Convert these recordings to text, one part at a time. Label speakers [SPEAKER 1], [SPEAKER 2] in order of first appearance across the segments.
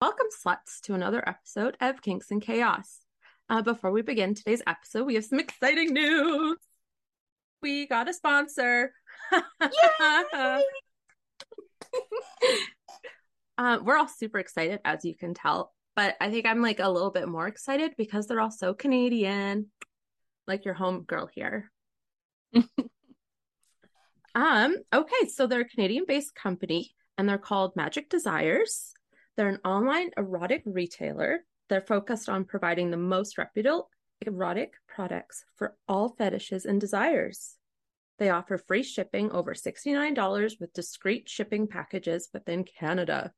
[SPEAKER 1] sluts to another episode of Kinks and Chaos. Uh, before we begin today's episode, we have some exciting news. We got a sponsor. um, we're all super excited, as you can tell, but I think I'm like a little bit more excited because they're all so Canadian, like your home girl here. um, okay, so they're a Canadian based company and they're called Magic Desires. They're an online erotic retailer. They're focused on providing the most reputable erotic products for all fetishes and desires. They offer free shipping over $69 with discreet shipping packages within Canada.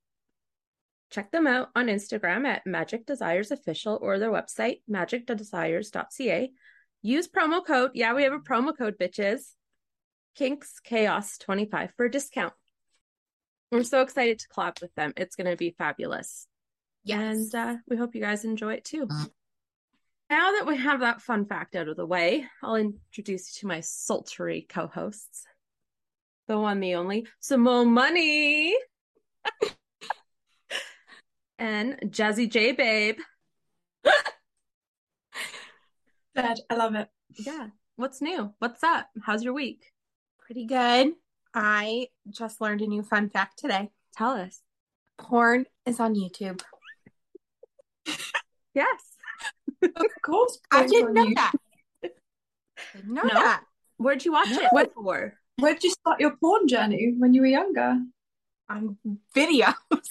[SPEAKER 1] Check them out on Instagram at Magic Desires Official or their website, magicdesires.ca. Use promo code, yeah, we have a promo code, bitches, Kinks Chaos 25 for a discount. We're so excited to collab with them. It's going to be fabulous. And uh, we hope you guys enjoy it too.
[SPEAKER 2] Mhm.
[SPEAKER 1] Now that we have that fun fact out of the way, I'll introduce you to my sultry co hosts the one, the only Simone Money and Jazzy J Babe.
[SPEAKER 3] Good. I love it.
[SPEAKER 1] Yeah. What's new? What's up? How's your week?
[SPEAKER 3] Pretty good. I just learned a new fun fact today.
[SPEAKER 1] Tell us.
[SPEAKER 3] Porn is on YouTube.
[SPEAKER 1] Yes.
[SPEAKER 2] Of course,
[SPEAKER 3] I
[SPEAKER 2] Prince
[SPEAKER 3] didn't
[SPEAKER 2] on
[SPEAKER 3] know
[SPEAKER 2] you-
[SPEAKER 3] that. Didn't know
[SPEAKER 1] No?
[SPEAKER 3] that.
[SPEAKER 1] Where'd you watch it
[SPEAKER 3] What-
[SPEAKER 1] before?
[SPEAKER 2] Where'd you start your porn journey when you were younger?
[SPEAKER 3] On video.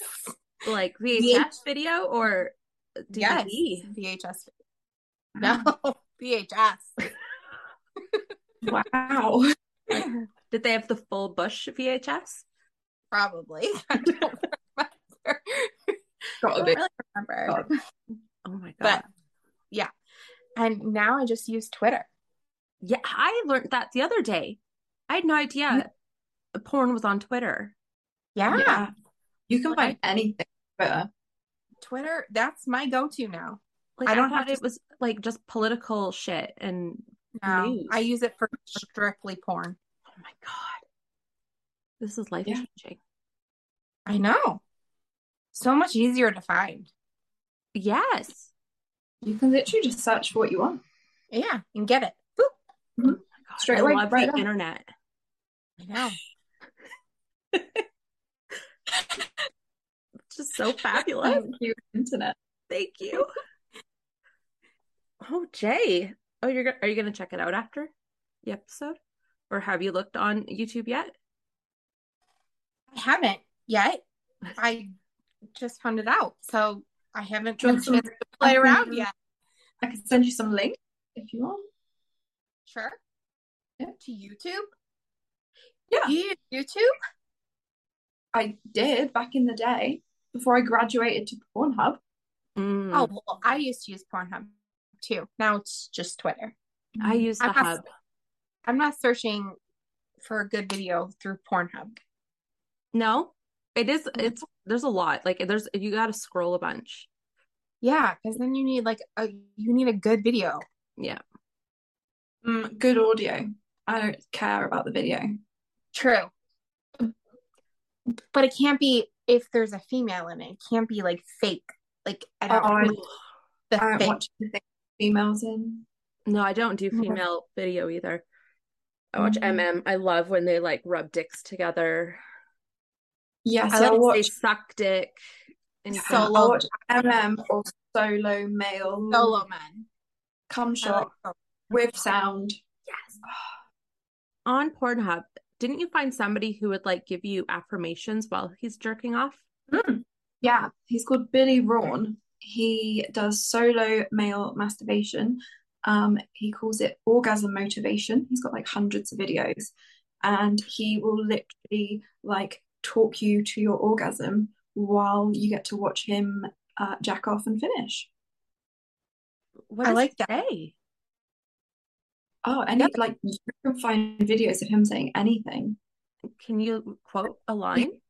[SPEAKER 1] Like VHS video or DVD?
[SPEAKER 3] VHS. No, VHS.
[SPEAKER 2] Wow.
[SPEAKER 1] Did they have the full Bush VHS?
[SPEAKER 3] Probably. I don't remember. I
[SPEAKER 2] Gotta
[SPEAKER 3] don't
[SPEAKER 2] be.
[SPEAKER 3] really remember.
[SPEAKER 2] God.
[SPEAKER 1] Oh my god.
[SPEAKER 3] But yeah. And now I just use Twitter.
[SPEAKER 1] Yeah, I learned that the other day. I had no idea porn was on Twitter.
[SPEAKER 3] Yeah.
[SPEAKER 2] Yeah. You can find anything better.
[SPEAKER 3] Twitter, that's my go to now.
[SPEAKER 1] Like
[SPEAKER 3] I
[SPEAKER 1] I,
[SPEAKER 3] don't have
[SPEAKER 1] thought
[SPEAKER 3] to-
[SPEAKER 1] it was like just political shit and
[SPEAKER 3] Now
[SPEAKER 1] News.
[SPEAKER 3] Um, I use it for strictly porn.
[SPEAKER 1] oh my god. This is life
[SPEAKER 2] Yeah.
[SPEAKER 1] changing.
[SPEAKER 3] I know. So much easier to find.
[SPEAKER 1] Yes.
[SPEAKER 2] You can literally just search for what you want.
[SPEAKER 3] Yeah, and get it. Boop.
[SPEAKER 1] Oh my God,
[SPEAKER 2] Straight
[SPEAKER 1] I
[SPEAKER 2] away,
[SPEAKER 1] love
[SPEAKER 2] right
[SPEAKER 1] the
[SPEAKER 2] up.
[SPEAKER 1] internet.
[SPEAKER 3] I know.
[SPEAKER 1] It's just so fabulous.
[SPEAKER 2] Thank you, internet.
[SPEAKER 1] Thank you. Oh, Jay. Oh, you're go- are you going to check it out after the episode? Or have you looked on YouTube yet?
[SPEAKER 3] I haven't yet. I just found it out. So I haven't
[SPEAKER 2] Do you
[SPEAKER 3] had a
[SPEAKER 2] want
[SPEAKER 3] chance to play around
[SPEAKER 2] Mhm.
[SPEAKER 3] yet.
[SPEAKER 2] I can send you some link if you want.
[SPEAKER 3] Sure.
[SPEAKER 2] Yeah.
[SPEAKER 3] To YouTube?
[SPEAKER 2] Yeah.
[SPEAKER 3] You use YouTube?
[SPEAKER 2] I did back in the day before I graduated to Pornhub.
[SPEAKER 1] Mm,
[SPEAKER 3] Oh, well, I used to use Pornhub too. Now it's just Twitter.
[SPEAKER 1] I
[SPEAKER 2] Mm-hmm.
[SPEAKER 1] use the
[SPEAKER 3] I'm not-
[SPEAKER 1] hub.
[SPEAKER 3] I'm not searching for a good video through Pornhub.
[SPEAKER 1] No, it is. It's there's a lot. Like there's you got to scroll a bunch.
[SPEAKER 3] Yeah, because then you need like a you need a good video.
[SPEAKER 1] Yeah,
[SPEAKER 2] Mm, good audio. I don't care about the video.
[SPEAKER 3] True. But it can't be if there's a female in it. It can't be like fake. Like I don't
[SPEAKER 2] Oh, I,
[SPEAKER 3] know the
[SPEAKER 2] I don't
[SPEAKER 3] fake.
[SPEAKER 2] watch anything with females in.
[SPEAKER 1] no, I don't do
[SPEAKER 3] Mhm.
[SPEAKER 1] female video either. I watch
[SPEAKER 2] Mm.
[SPEAKER 1] MM. I love when they like rub dicks together.
[SPEAKER 2] Yes,
[SPEAKER 1] I
[SPEAKER 2] I,
[SPEAKER 1] like they
[SPEAKER 2] watch
[SPEAKER 1] suck dick. And
[SPEAKER 3] So-
[SPEAKER 2] I watch MM or solo male
[SPEAKER 3] solo men.
[SPEAKER 2] cum
[SPEAKER 3] I like
[SPEAKER 2] shot
[SPEAKER 3] solo-
[SPEAKER 2] with sound.
[SPEAKER 1] yes, on Pornhub, didn't you find somebody who would like give you affirmations while he's jerking off?
[SPEAKER 2] Mm. Yeah, he's called Billy Rawn. He does solo male masturbation. Um, he calls it orgasm motivation. He's got like hundreds of videos, and he will literally like talk you to your orgasm while you get to watch him uh, jack off and finish.
[SPEAKER 1] What
[SPEAKER 3] I
[SPEAKER 1] does
[SPEAKER 3] like
[SPEAKER 1] it
[SPEAKER 3] that.
[SPEAKER 1] say?
[SPEAKER 2] Oh, and
[SPEAKER 3] Yeah.
[SPEAKER 2] he- like you can find videos of him saying anything
[SPEAKER 1] Can you quote a line?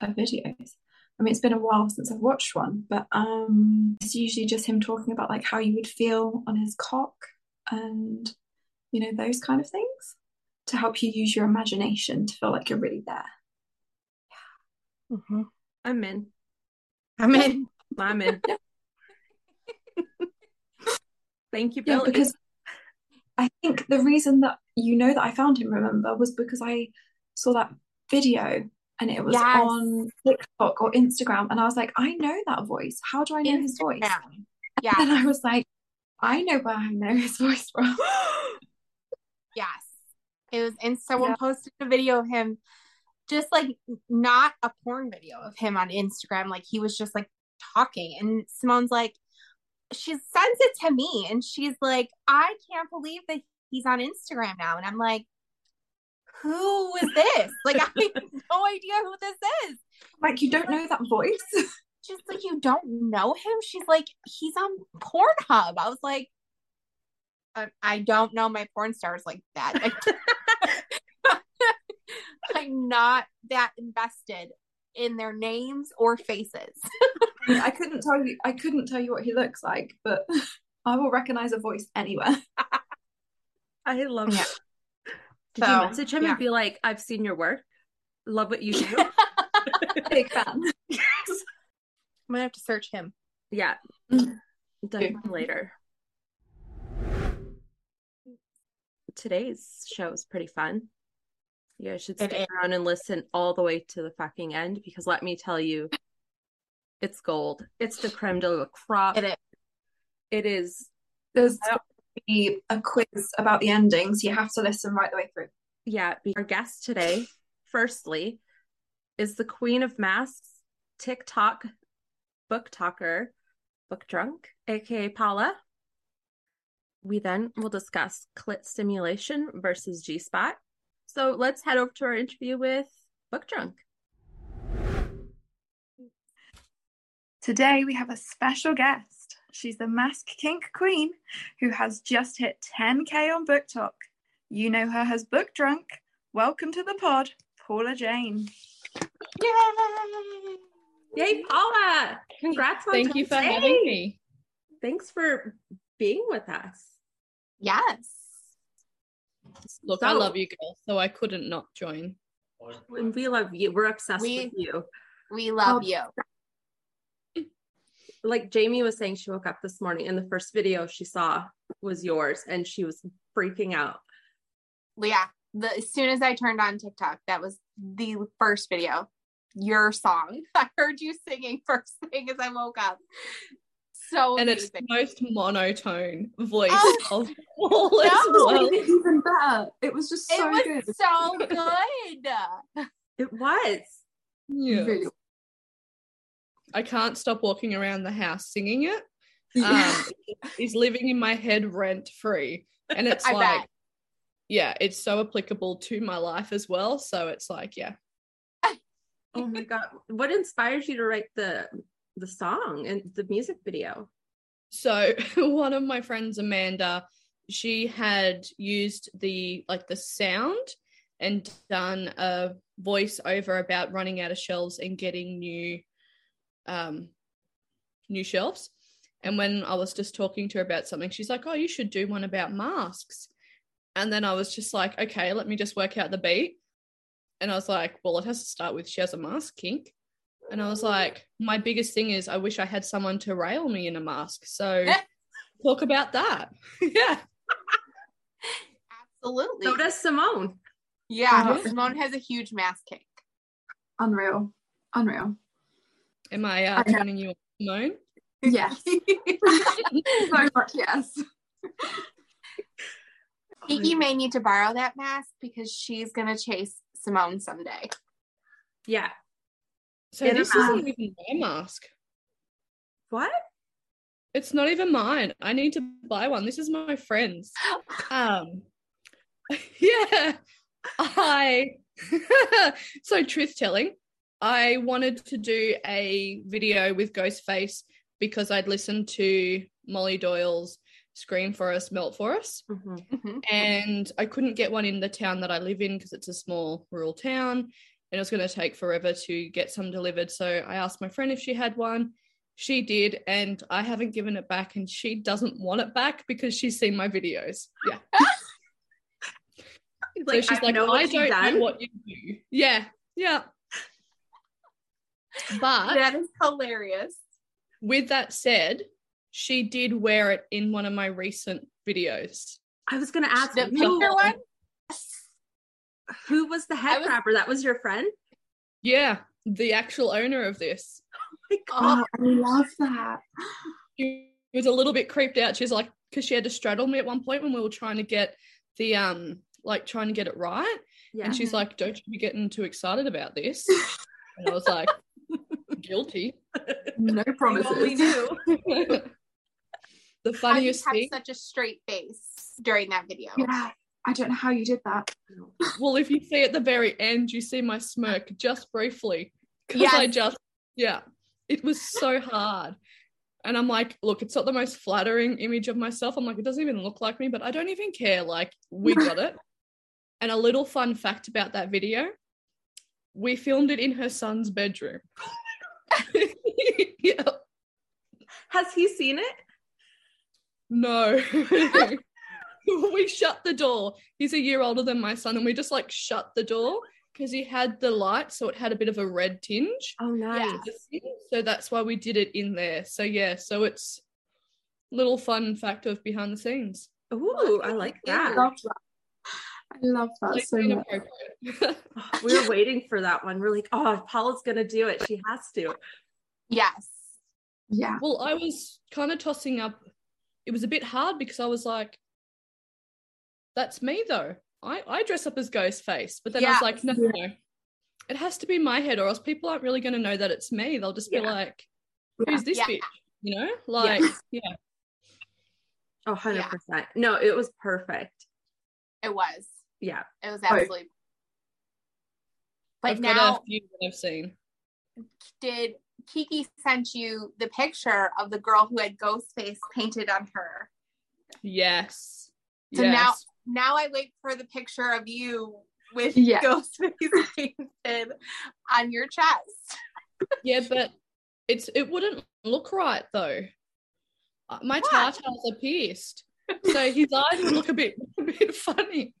[SPEAKER 2] of videos. I mean, it's been a while since I've watched one, but um, it's usually just him talking about like how you would feel on his cock and you know those kind of things to help you use your imagination to feel like you're really there.
[SPEAKER 3] Mhm.
[SPEAKER 1] I'm in.
[SPEAKER 3] I'm in.
[SPEAKER 1] I'm in. Thank you,
[SPEAKER 2] Yeah,
[SPEAKER 1] Billy.
[SPEAKER 2] because I think the reason that you know that I found him, remember, was because I saw that video and it was
[SPEAKER 3] Yes.
[SPEAKER 2] on TikTok or Instagram, and I was like, I know that voice. How do I know his voice?
[SPEAKER 3] Instagram. Yeah.
[SPEAKER 2] And I was like, I know where I know his voice from.
[SPEAKER 3] Yes. It was, and someone
[SPEAKER 2] Yeah.
[SPEAKER 3] posted a video of him, just like not a porn video of him on Instagram. Like he was just like talking. And Simone's like, she sends it to me and she's like, I can't believe that he's on Instagram now. And I'm like, who is this? like, I have no idea who this is.
[SPEAKER 2] Like, you don't know that voice.
[SPEAKER 3] She's like, you don't know him? She's like, he's on Pornhub. I was like, I, I don't know my porn stars like that. I- I'm not that invested in their names or faces.
[SPEAKER 2] I couldn't tell you. I couldn't tell you what he looks like, but I will recognize a voice anywhere.
[SPEAKER 1] I love
[SPEAKER 3] Yeah.
[SPEAKER 1] it. Did you
[SPEAKER 3] So,
[SPEAKER 1] message him
[SPEAKER 3] yeah.
[SPEAKER 1] and be like, I've seen your work, love what you do?
[SPEAKER 2] Big fan.
[SPEAKER 3] I'm gonna have to search him.
[SPEAKER 1] yeah.
[SPEAKER 2] Mm.
[SPEAKER 3] Mm-hmm.
[SPEAKER 1] Done later. Today's show is pretty fun. You guys should
[SPEAKER 3] It
[SPEAKER 1] stick
[SPEAKER 3] is.
[SPEAKER 1] around and listen all the way to the fucking end because let me tell you, it's gold. It's the creme de la crop.
[SPEAKER 3] It is.
[SPEAKER 1] It is.
[SPEAKER 2] There's gonna be a quiz about the ending, so you have to listen right the way through.
[SPEAKER 1] Yeah. be- Our guest today, firstly, is the queen of masks, TikTok book talker, book drunk, aka Paula. We then will discuss clit stimulation versus G spot. So let's head over to our interview with book drunk.
[SPEAKER 2] Today, we have a special guest. She's the Mask Kink Queen who has just hit 10K on BookTok. You know her as Book Drunk. Welcome to the pod, Paula Jane.
[SPEAKER 3] Yay!
[SPEAKER 1] Yay, Paula! Congrats on
[SPEAKER 4] Thank you for
[SPEAKER 1] today.
[SPEAKER 4] having me.
[SPEAKER 1] Thanks for being with us.
[SPEAKER 3] Yes.
[SPEAKER 4] Look, I
[SPEAKER 1] So-
[SPEAKER 4] love you girls, so I couldn't not join.
[SPEAKER 1] And we love you. We're obsessed
[SPEAKER 3] We-
[SPEAKER 1] with you.
[SPEAKER 3] We love
[SPEAKER 2] Oh.
[SPEAKER 3] you.
[SPEAKER 1] Like Jamie was saying, she woke up this morning and the first video she saw was yours and she was freaking out.
[SPEAKER 3] Yeah. The, as soon as I turned on TikTok, that was the first video. Your song. I heard you singing first thing as I woke up. So
[SPEAKER 4] And it's the
[SPEAKER 3] amazing.
[SPEAKER 4] most monotone voice
[SPEAKER 3] Oh.
[SPEAKER 4] of all as
[SPEAKER 3] No.
[SPEAKER 4] well.
[SPEAKER 2] Oh, even better. It was just
[SPEAKER 3] it was so good.
[SPEAKER 1] It was.
[SPEAKER 4] Yeah.
[SPEAKER 2] Really.
[SPEAKER 4] I can't stop walking around the house singing it.
[SPEAKER 2] Yeah.
[SPEAKER 4] Um, it's living in my head rent free. And it's
[SPEAKER 3] I
[SPEAKER 4] like,
[SPEAKER 3] bet.
[SPEAKER 4] yeah, it's so applicable to my life as well. So it's like, yeah.
[SPEAKER 1] Oh
[SPEAKER 4] Mm-hmm.
[SPEAKER 1] my god. What inspires you to write the the song and the music video?
[SPEAKER 4] So one of my friends, Amanda, she had used the like the sound and done a voiceover about running out of shelves and getting new um new shelves. And when I was just talking to her about something, she's like, Oh, you should do one about masks. And then I was just like, Okay, let me just work out the beat. And I was like, Well, it has to start with she has a mask kink. And I was like, My biggest thing is I wish I had someone to rail me in a mask. So talk about that. yeah.
[SPEAKER 3] Absolutely.
[SPEAKER 1] So does Simone.
[SPEAKER 3] yeah.
[SPEAKER 2] Yeah.
[SPEAKER 3] Simone has a huge mask kick.
[SPEAKER 2] Unreal. Unreal.
[SPEAKER 4] Am I uh,
[SPEAKER 2] I know.
[SPEAKER 4] turning you on, Simone?
[SPEAKER 2] Yes. so much yes.
[SPEAKER 3] Kiki may need to borrow that mask because she's gonna chase Simone someday.
[SPEAKER 1] Yeah.
[SPEAKER 4] So
[SPEAKER 1] Get a
[SPEAKER 4] this isn't even my mask.
[SPEAKER 1] What?
[SPEAKER 4] It's not even mine. I need to buy one. This is my friend's. Um, yeah. I so truth telling. I wanted to do a video with Ghostface because I'd listened to Molly Doyle's "Scream for Us, Melt for Us,"
[SPEAKER 1] Mhm.
[SPEAKER 3] Mhm.
[SPEAKER 4] and I couldn't get one in the town that I live in because it's a small rural town and it was going to take forever to get some delivered. So I asked my friend if she had one. She did, and I haven't given it back, and she doesn't want it back because she's seen my videos. Yeah.
[SPEAKER 1] Like,
[SPEAKER 4] so she's
[SPEAKER 1] I
[SPEAKER 4] like,
[SPEAKER 1] know what
[SPEAKER 4] I
[SPEAKER 1] you've
[SPEAKER 4] don't
[SPEAKER 1] done."
[SPEAKER 4] know what you do. Yeah. Yeah. But
[SPEAKER 3] That is hilarious.
[SPEAKER 4] With that said, she did wear it in one of my recent videos.
[SPEAKER 1] I was gonna ask
[SPEAKER 3] The
[SPEAKER 1] who,
[SPEAKER 3] picture one?
[SPEAKER 1] who was the
[SPEAKER 3] I
[SPEAKER 1] head
[SPEAKER 3] was-
[SPEAKER 1] rapper? That was your friend?
[SPEAKER 4] Yeah, the actual owner of this.
[SPEAKER 1] Oh my God.
[SPEAKER 2] Oh, I love that.
[SPEAKER 4] She was a little bit creeped out. She's like, because she had to straddle me at one point when we were trying to get the um, like trying to get it right,
[SPEAKER 1] yeah.
[SPEAKER 4] and she's
[SPEAKER 3] Uh-huh.
[SPEAKER 4] like, "Don't you be getting too excited about this." and I was like, "Guilty."
[SPEAKER 2] No promises.
[SPEAKER 1] What we knew.
[SPEAKER 4] the
[SPEAKER 3] I just
[SPEAKER 4] funniest
[SPEAKER 3] had
[SPEAKER 4] thing,
[SPEAKER 3] such a straight face during that video.
[SPEAKER 2] Yeah, I don't know how you did that.
[SPEAKER 4] well, if you see at the very end, you see my smirk just briefly because I
[SPEAKER 3] Yes.
[SPEAKER 4] just, yeah, it was so hard. And I'm like, look, it's not the most flattering image of myself. I'm like, it doesn't even look like me, but I don't even care. Like, we got it. And a little fun fact about that video we filmed it in her son's bedroom. yeah.
[SPEAKER 1] Has he seen it?
[SPEAKER 4] No. we shut the door. He's a year older than my son, and we just like shut the door because he had the light, so it had a bit of a red tinge.
[SPEAKER 1] Oh nice.
[SPEAKER 4] So that's why we did it in there. So yeah, so it's little fun fact of behind the scenes.
[SPEAKER 1] Ooh, I like
[SPEAKER 2] I
[SPEAKER 1] that.
[SPEAKER 2] love that. I love that so
[SPEAKER 4] Like,
[SPEAKER 2] much.
[SPEAKER 4] inappropriate.
[SPEAKER 1] Oh, we were waiting for that one. We're like, oh, Paula's gonna do it. She has to.
[SPEAKER 3] Yes.
[SPEAKER 2] Yeah.
[SPEAKER 4] well, I was kind of tossing up. It was a bit hard because I was like, "That's me, though. I I dress up as Ghostface," but then I was
[SPEAKER 3] Yeah.
[SPEAKER 4] like, "No, no, no. it has to be my head, or else people aren't really going to know that it's me. They'll just be
[SPEAKER 1] Yeah.
[SPEAKER 4] like,
[SPEAKER 2] Yeah.
[SPEAKER 4] who's this
[SPEAKER 3] Yeah.
[SPEAKER 4] bitch?' You know, like, yeah,
[SPEAKER 1] Oh, 100%. No, it was perfect.
[SPEAKER 3] It was.
[SPEAKER 1] Yeah.
[SPEAKER 3] It was
[SPEAKER 2] Oh.
[SPEAKER 3] absolutely. But
[SPEAKER 4] I've
[SPEAKER 3] now,
[SPEAKER 4] got a few that I've seen.
[SPEAKER 3] did Kiki sent you the picture of the girl who had ghost face painted on her?
[SPEAKER 4] Yes.
[SPEAKER 3] So
[SPEAKER 4] yes.
[SPEAKER 3] now, now I wait for the picture of you with
[SPEAKER 2] Yeah.
[SPEAKER 3] ghost face painted on your chest.
[SPEAKER 4] Yeah, but it's it wouldn't look right though. Uh, My
[SPEAKER 3] Why?
[SPEAKER 4] tartars are pierced, so his eyes would look a bit a bit funny.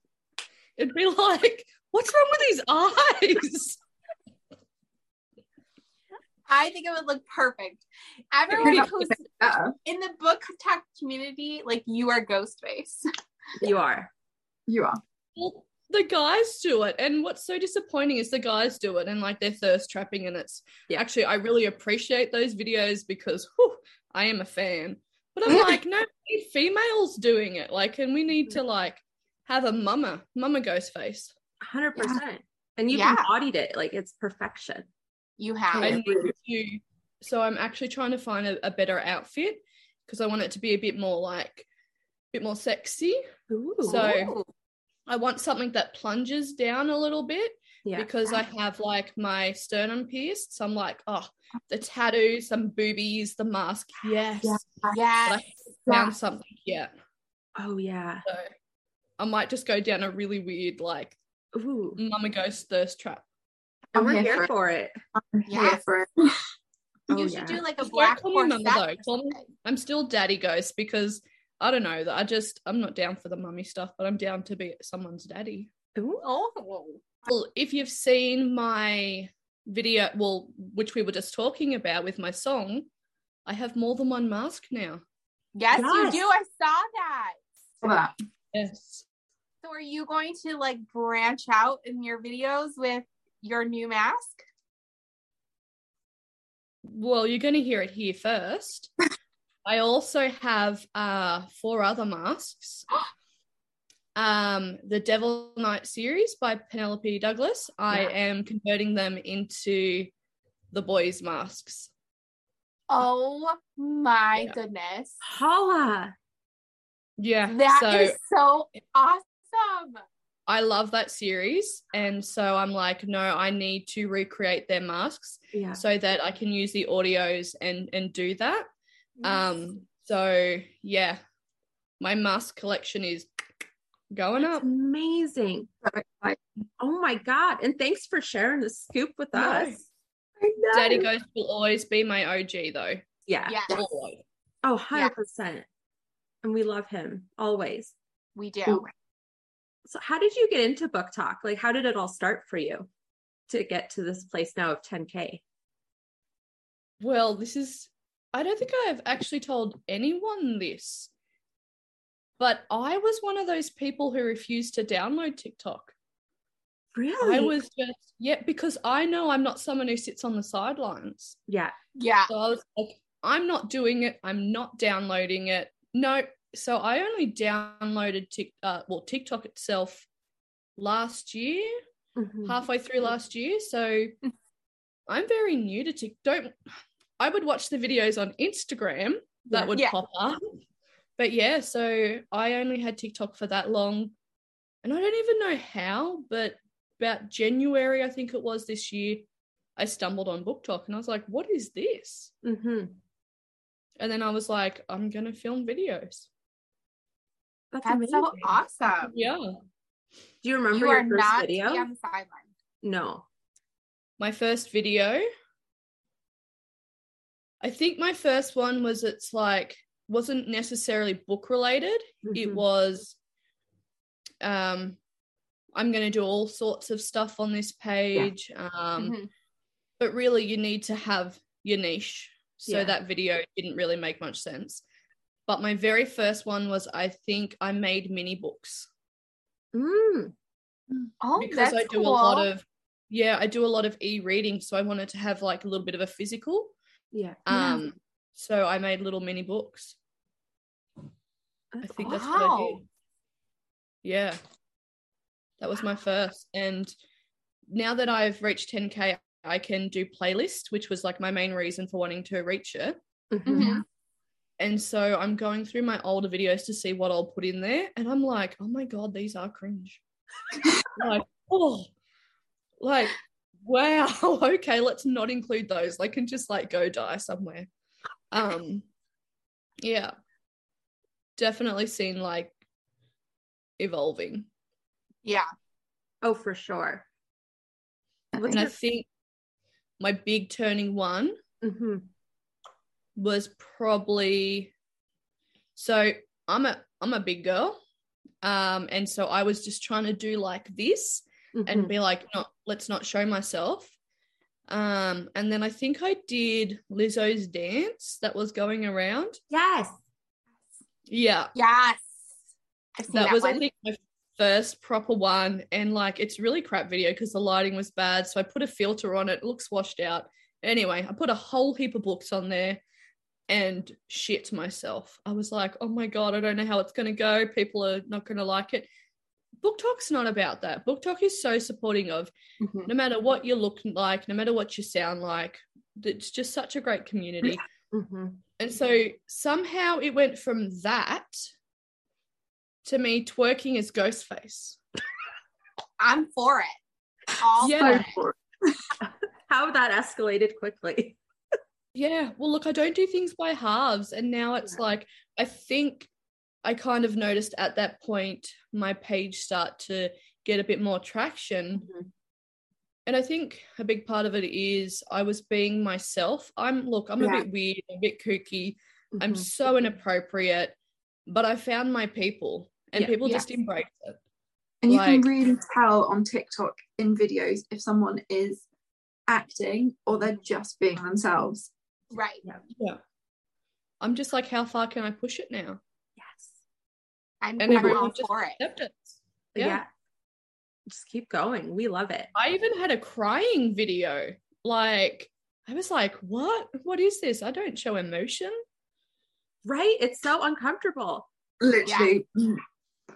[SPEAKER 4] It'd be like, what's wrong with his eyes?
[SPEAKER 3] I think it would look perfect. Everyone
[SPEAKER 2] Because-
[SPEAKER 3] who's
[SPEAKER 2] Better.
[SPEAKER 3] in the book talk community, like you are Ghostface.
[SPEAKER 1] You are.
[SPEAKER 2] You are.
[SPEAKER 4] Well, the guys do it, and what's so disappointing is the guys do it, and like they're thirst trapping, and it's
[SPEAKER 1] Yeah.
[SPEAKER 4] actually I really appreciate those videos because whew, I am a fan. But I'm like, no, we need females doing it, like, and we need to like have a mama, mama ghost face.
[SPEAKER 1] 100%. And you've
[SPEAKER 3] Yeah.
[SPEAKER 1] embodied it. Like it's perfection.
[SPEAKER 3] You have.
[SPEAKER 4] I need to. So I'm actually trying to find a, a better outfit because I want it to be a bit more like, a bit more sexy.
[SPEAKER 1] Ooh.
[SPEAKER 4] So- I want something that plunges down a little bit
[SPEAKER 1] yeah.
[SPEAKER 4] because I have like my sternum pierced. So I'm like, oh, the tattoo, some boobies, the mask. Yes,
[SPEAKER 2] Yeah.
[SPEAKER 3] yeah.
[SPEAKER 4] found something yet.
[SPEAKER 1] Oh, yeah.
[SPEAKER 4] So I might just go down a really weird like
[SPEAKER 1] Ooh.
[SPEAKER 4] mama ghost thirst trap.
[SPEAKER 1] And
[SPEAKER 2] I'm
[SPEAKER 1] we're
[SPEAKER 2] here
[SPEAKER 1] here
[SPEAKER 2] for it.
[SPEAKER 1] for it.
[SPEAKER 2] I'm
[SPEAKER 3] Yeah.
[SPEAKER 2] here for it.
[SPEAKER 1] Oh,
[SPEAKER 3] you
[SPEAKER 1] yeah.
[SPEAKER 3] should do like a
[SPEAKER 4] Just don't
[SPEAKER 3] black
[SPEAKER 4] call me mama,
[SPEAKER 3] corset.
[SPEAKER 4] though.
[SPEAKER 3] or
[SPEAKER 4] Call me-
[SPEAKER 3] something.
[SPEAKER 4] I'm still daddy ghost because I don't know that I just I'm not down for the mummy stuff, but I'm down to be someone's daddy.
[SPEAKER 1] Ooh.
[SPEAKER 3] Oh,
[SPEAKER 4] Well, if you've seen my video, well, which we were just talking about with my song, I have more than one mask now.
[SPEAKER 3] yes, you
[SPEAKER 1] Yes.
[SPEAKER 3] do. I saw that.
[SPEAKER 2] For that.
[SPEAKER 4] Yes.
[SPEAKER 3] So, are you going to like branch out in your videos with your new mask?
[SPEAKER 4] Well, you're going to hear it here first. I also have uh, four other masks. Um, the Devil Knight series by Penelope Douglas. I
[SPEAKER 1] Yeah.
[SPEAKER 4] am converting them into the boys' masks.
[SPEAKER 3] Oh my
[SPEAKER 4] Yeah.
[SPEAKER 3] goodness.
[SPEAKER 1] Paula.
[SPEAKER 4] Yeah.
[SPEAKER 3] that
[SPEAKER 4] so
[SPEAKER 3] is so awesome.
[SPEAKER 4] I love that series. And so I'm like, no, I need to recreate their masks
[SPEAKER 1] Yeah.
[SPEAKER 4] so that I can use the audios and and do that. Um, so yeah, my mask collection is going up.
[SPEAKER 1] Amazing.
[SPEAKER 2] So exciting.
[SPEAKER 1] Oh, my God. And thanks for sharing the scoop with
[SPEAKER 4] No.
[SPEAKER 1] us.
[SPEAKER 2] I know.
[SPEAKER 4] Daddy Ghost will always be my OG though.
[SPEAKER 1] Yeah.
[SPEAKER 3] yes,
[SPEAKER 4] Always.
[SPEAKER 1] Oh,
[SPEAKER 3] Yeah.
[SPEAKER 1] 100%. And we love him always.
[SPEAKER 3] we do.
[SPEAKER 1] So, how did you get into book talk? Like, how did it all start for you to get to this place now of 10K?
[SPEAKER 4] Well, this is I don't think I've actually told anyone this, but I was one of those people who refused to download TikTok.
[SPEAKER 2] Really?
[SPEAKER 4] I was just, yeah, because I know I'm not someone who sits on the sidelines.
[SPEAKER 1] Yeah.
[SPEAKER 3] Yeah.
[SPEAKER 4] So I was like, I'm not doing it. I'm not downloading it. No. So I only downloaded Tik, uh, well, TikTok itself last year,
[SPEAKER 1] Mhm.
[SPEAKER 4] halfway through last year. So I'm very new to TikTok. Don't. I would watch the videos on Instagram that
[SPEAKER 1] Yeah.
[SPEAKER 4] would
[SPEAKER 3] Yeah.
[SPEAKER 4] pop up. But yeah, so I only had TikTok for that long. And I don't even know how, but about January, I think it was this year, I stumbled on BookTok and I was like, what is this?
[SPEAKER 1] Mhm.
[SPEAKER 4] And then I was like, I'm going to film videos.
[SPEAKER 1] That's,
[SPEAKER 3] That's
[SPEAKER 1] amazing.
[SPEAKER 3] so awesome.
[SPEAKER 4] Yeah.
[SPEAKER 1] Do you remember
[SPEAKER 3] You
[SPEAKER 1] your
[SPEAKER 3] are
[SPEAKER 1] first
[SPEAKER 3] not to be
[SPEAKER 1] video?
[SPEAKER 3] on the sideline.
[SPEAKER 1] No.
[SPEAKER 4] My first video, I think my first one was it's like, wasn't necessarily book related. it
[SPEAKER 1] Mhm.
[SPEAKER 4] was um i'm going to do all sorts of stuff on this page um
[SPEAKER 3] Mhm.
[SPEAKER 4] but really you need to have your niche so
[SPEAKER 1] Yeah.
[SPEAKER 4] that video didn't really make much sense but my very first one was i think i made mini books
[SPEAKER 1] Mm.
[SPEAKER 3] Oh,
[SPEAKER 4] because
[SPEAKER 3] that's
[SPEAKER 4] i do
[SPEAKER 3] cool.
[SPEAKER 4] a lot of yeah i do a lot of e-reading so i wanted to have like a little bit of a physical
[SPEAKER 1] Yeah.
[SPEAKER 2] Yeah.
[SPEAKER 4] um so i made little mini books I
[SPEAKER 1] That's
[SPEAKER 4] think
[SPEAKER 1] awesome.
[SPEAKER 4] that's what I
[SPEAKER 3] Wow.
[SPEAKER 4] did. Yeah. That was my first. And now that I've reached 10K, I can do playlist, which was like my main reason for wanting to reach it.
[SPEAKER 1] Mhm.
[SPEAKER 3] Mhm.
[SPEAKER 4] And so I'm going through my older videos to see what I'll put in there. And I'm like, oh my God, these are cringe. like, oh, like, wow. Okay, let's not include those. They can just like go die somewhere. Um, yeah. Definitely seen like evolving.
[SPEAKER 3] Yeah.
[SPEAKER 1] Oh, for sure. What's
[SPEAKER 4] And I
[SPEAKER 1] your-
[SPEAKER 4] think my big turning one
[SPEAKER 1] Mhm.
[SPEAKER 4] was probably so I'm a I'm a big girl. Um and so I was just trying to do like this and
[SPEAKER 1] Mhm.
[SPEAKER 4] be like not let's not show myself. Um and then I think I did Lizzo's dance that was going around.
[SPEAKER 1] Yes.
[SPEAKER 4] Yeah.
[SPEAKER 3] Yes. I've seen
[SPEAKER 4] That,
[SPEAKER 3] that,
[SPEAKER 4] was
[SPEAKER 3] one.
[SPEAKER 4] I think my first proper one and like it's really crap video because the lighting was bad so I put a filter on it, it looks washed out. Anyway, I put a whole heap of books on there and shit myself. I was like, oh my God, I don't know how it's going to go. People are not going to like it. Book Talk's not about that. Book Talk is so supporting of
[SPEAKER 3] Mhm.
[SPEAKER 4] no matter what you look like, no matter what you sound like, it's just such a great community.
[SPEAKER 1] Mhm.
[SPEAKER 4] And so somehow it went from that to me twerking as Ghostface.
[SPEAKER 3] I'm for it. All
[SPEAKER 4] Yeah.
[SPEAKER 3] for
[SPEAKER 2] So
[SPEAKER 3] it.
[SPEAKER 2] cool.
[SPEAKER 1] How that escalated quickly.
[SPEAKER 4] Yeah. Well, look, I don't do things by halves. And now it's
[SPEAKER 1] Yeah.
[SPEAKER 4] like, I think I kind of noticed at that point my page start to get a bit more traction.
[SPEAKER 1] Mhm.
[SPEAKER 4] And I think a big part of it is I was being myself. I'm, look, I'm
[SPEAKER 2] Yeah.
[SPEAKER 4] a bit weird, a bit kooky.
[SPEAKER 1] Mm-hmm.
[SPEAKER 4] I'm so inappropriate, but I found my people and
[SPEAKER 1] Yeah.
[SPEAKER 4] people
[SPEAKER 2] Yeah.
[SPEAKER 4] just embrace it.
[SPEAKER 2] And you can
[SPEAKER 4] Like-
[SPEAKER 2] really tell on TikTok in videos if someone is acting or they're just being themselves.
[SPEAKER 3] Right.
[SPEAKER 4] Yeah. I'm just like, how far can I push it now?
[SPEAKER 1] Yes.
[SPEAKER 3] I'm,
[SPEAKER 4] And
[SPEAKER 3] I'm
[SPEAKER 4] everyone
[SPEAKER 3] all
[SPEAKER 4] just
[SPEAKER 3] for it.
[SPEAKER 4] Accept it.
[SPEAKER 1] Yeah.
[SPEAKER 4] Yeah.
[SPEAKER 1] Just keep going. We love it.
[SPEAKER 4] I even had a crying video. Like, I was like, what? What is this? I don't show emotion.
[SPEAKER 1] Right? It's so uncomfortable.
[SPEAKER 2] Literally, mm,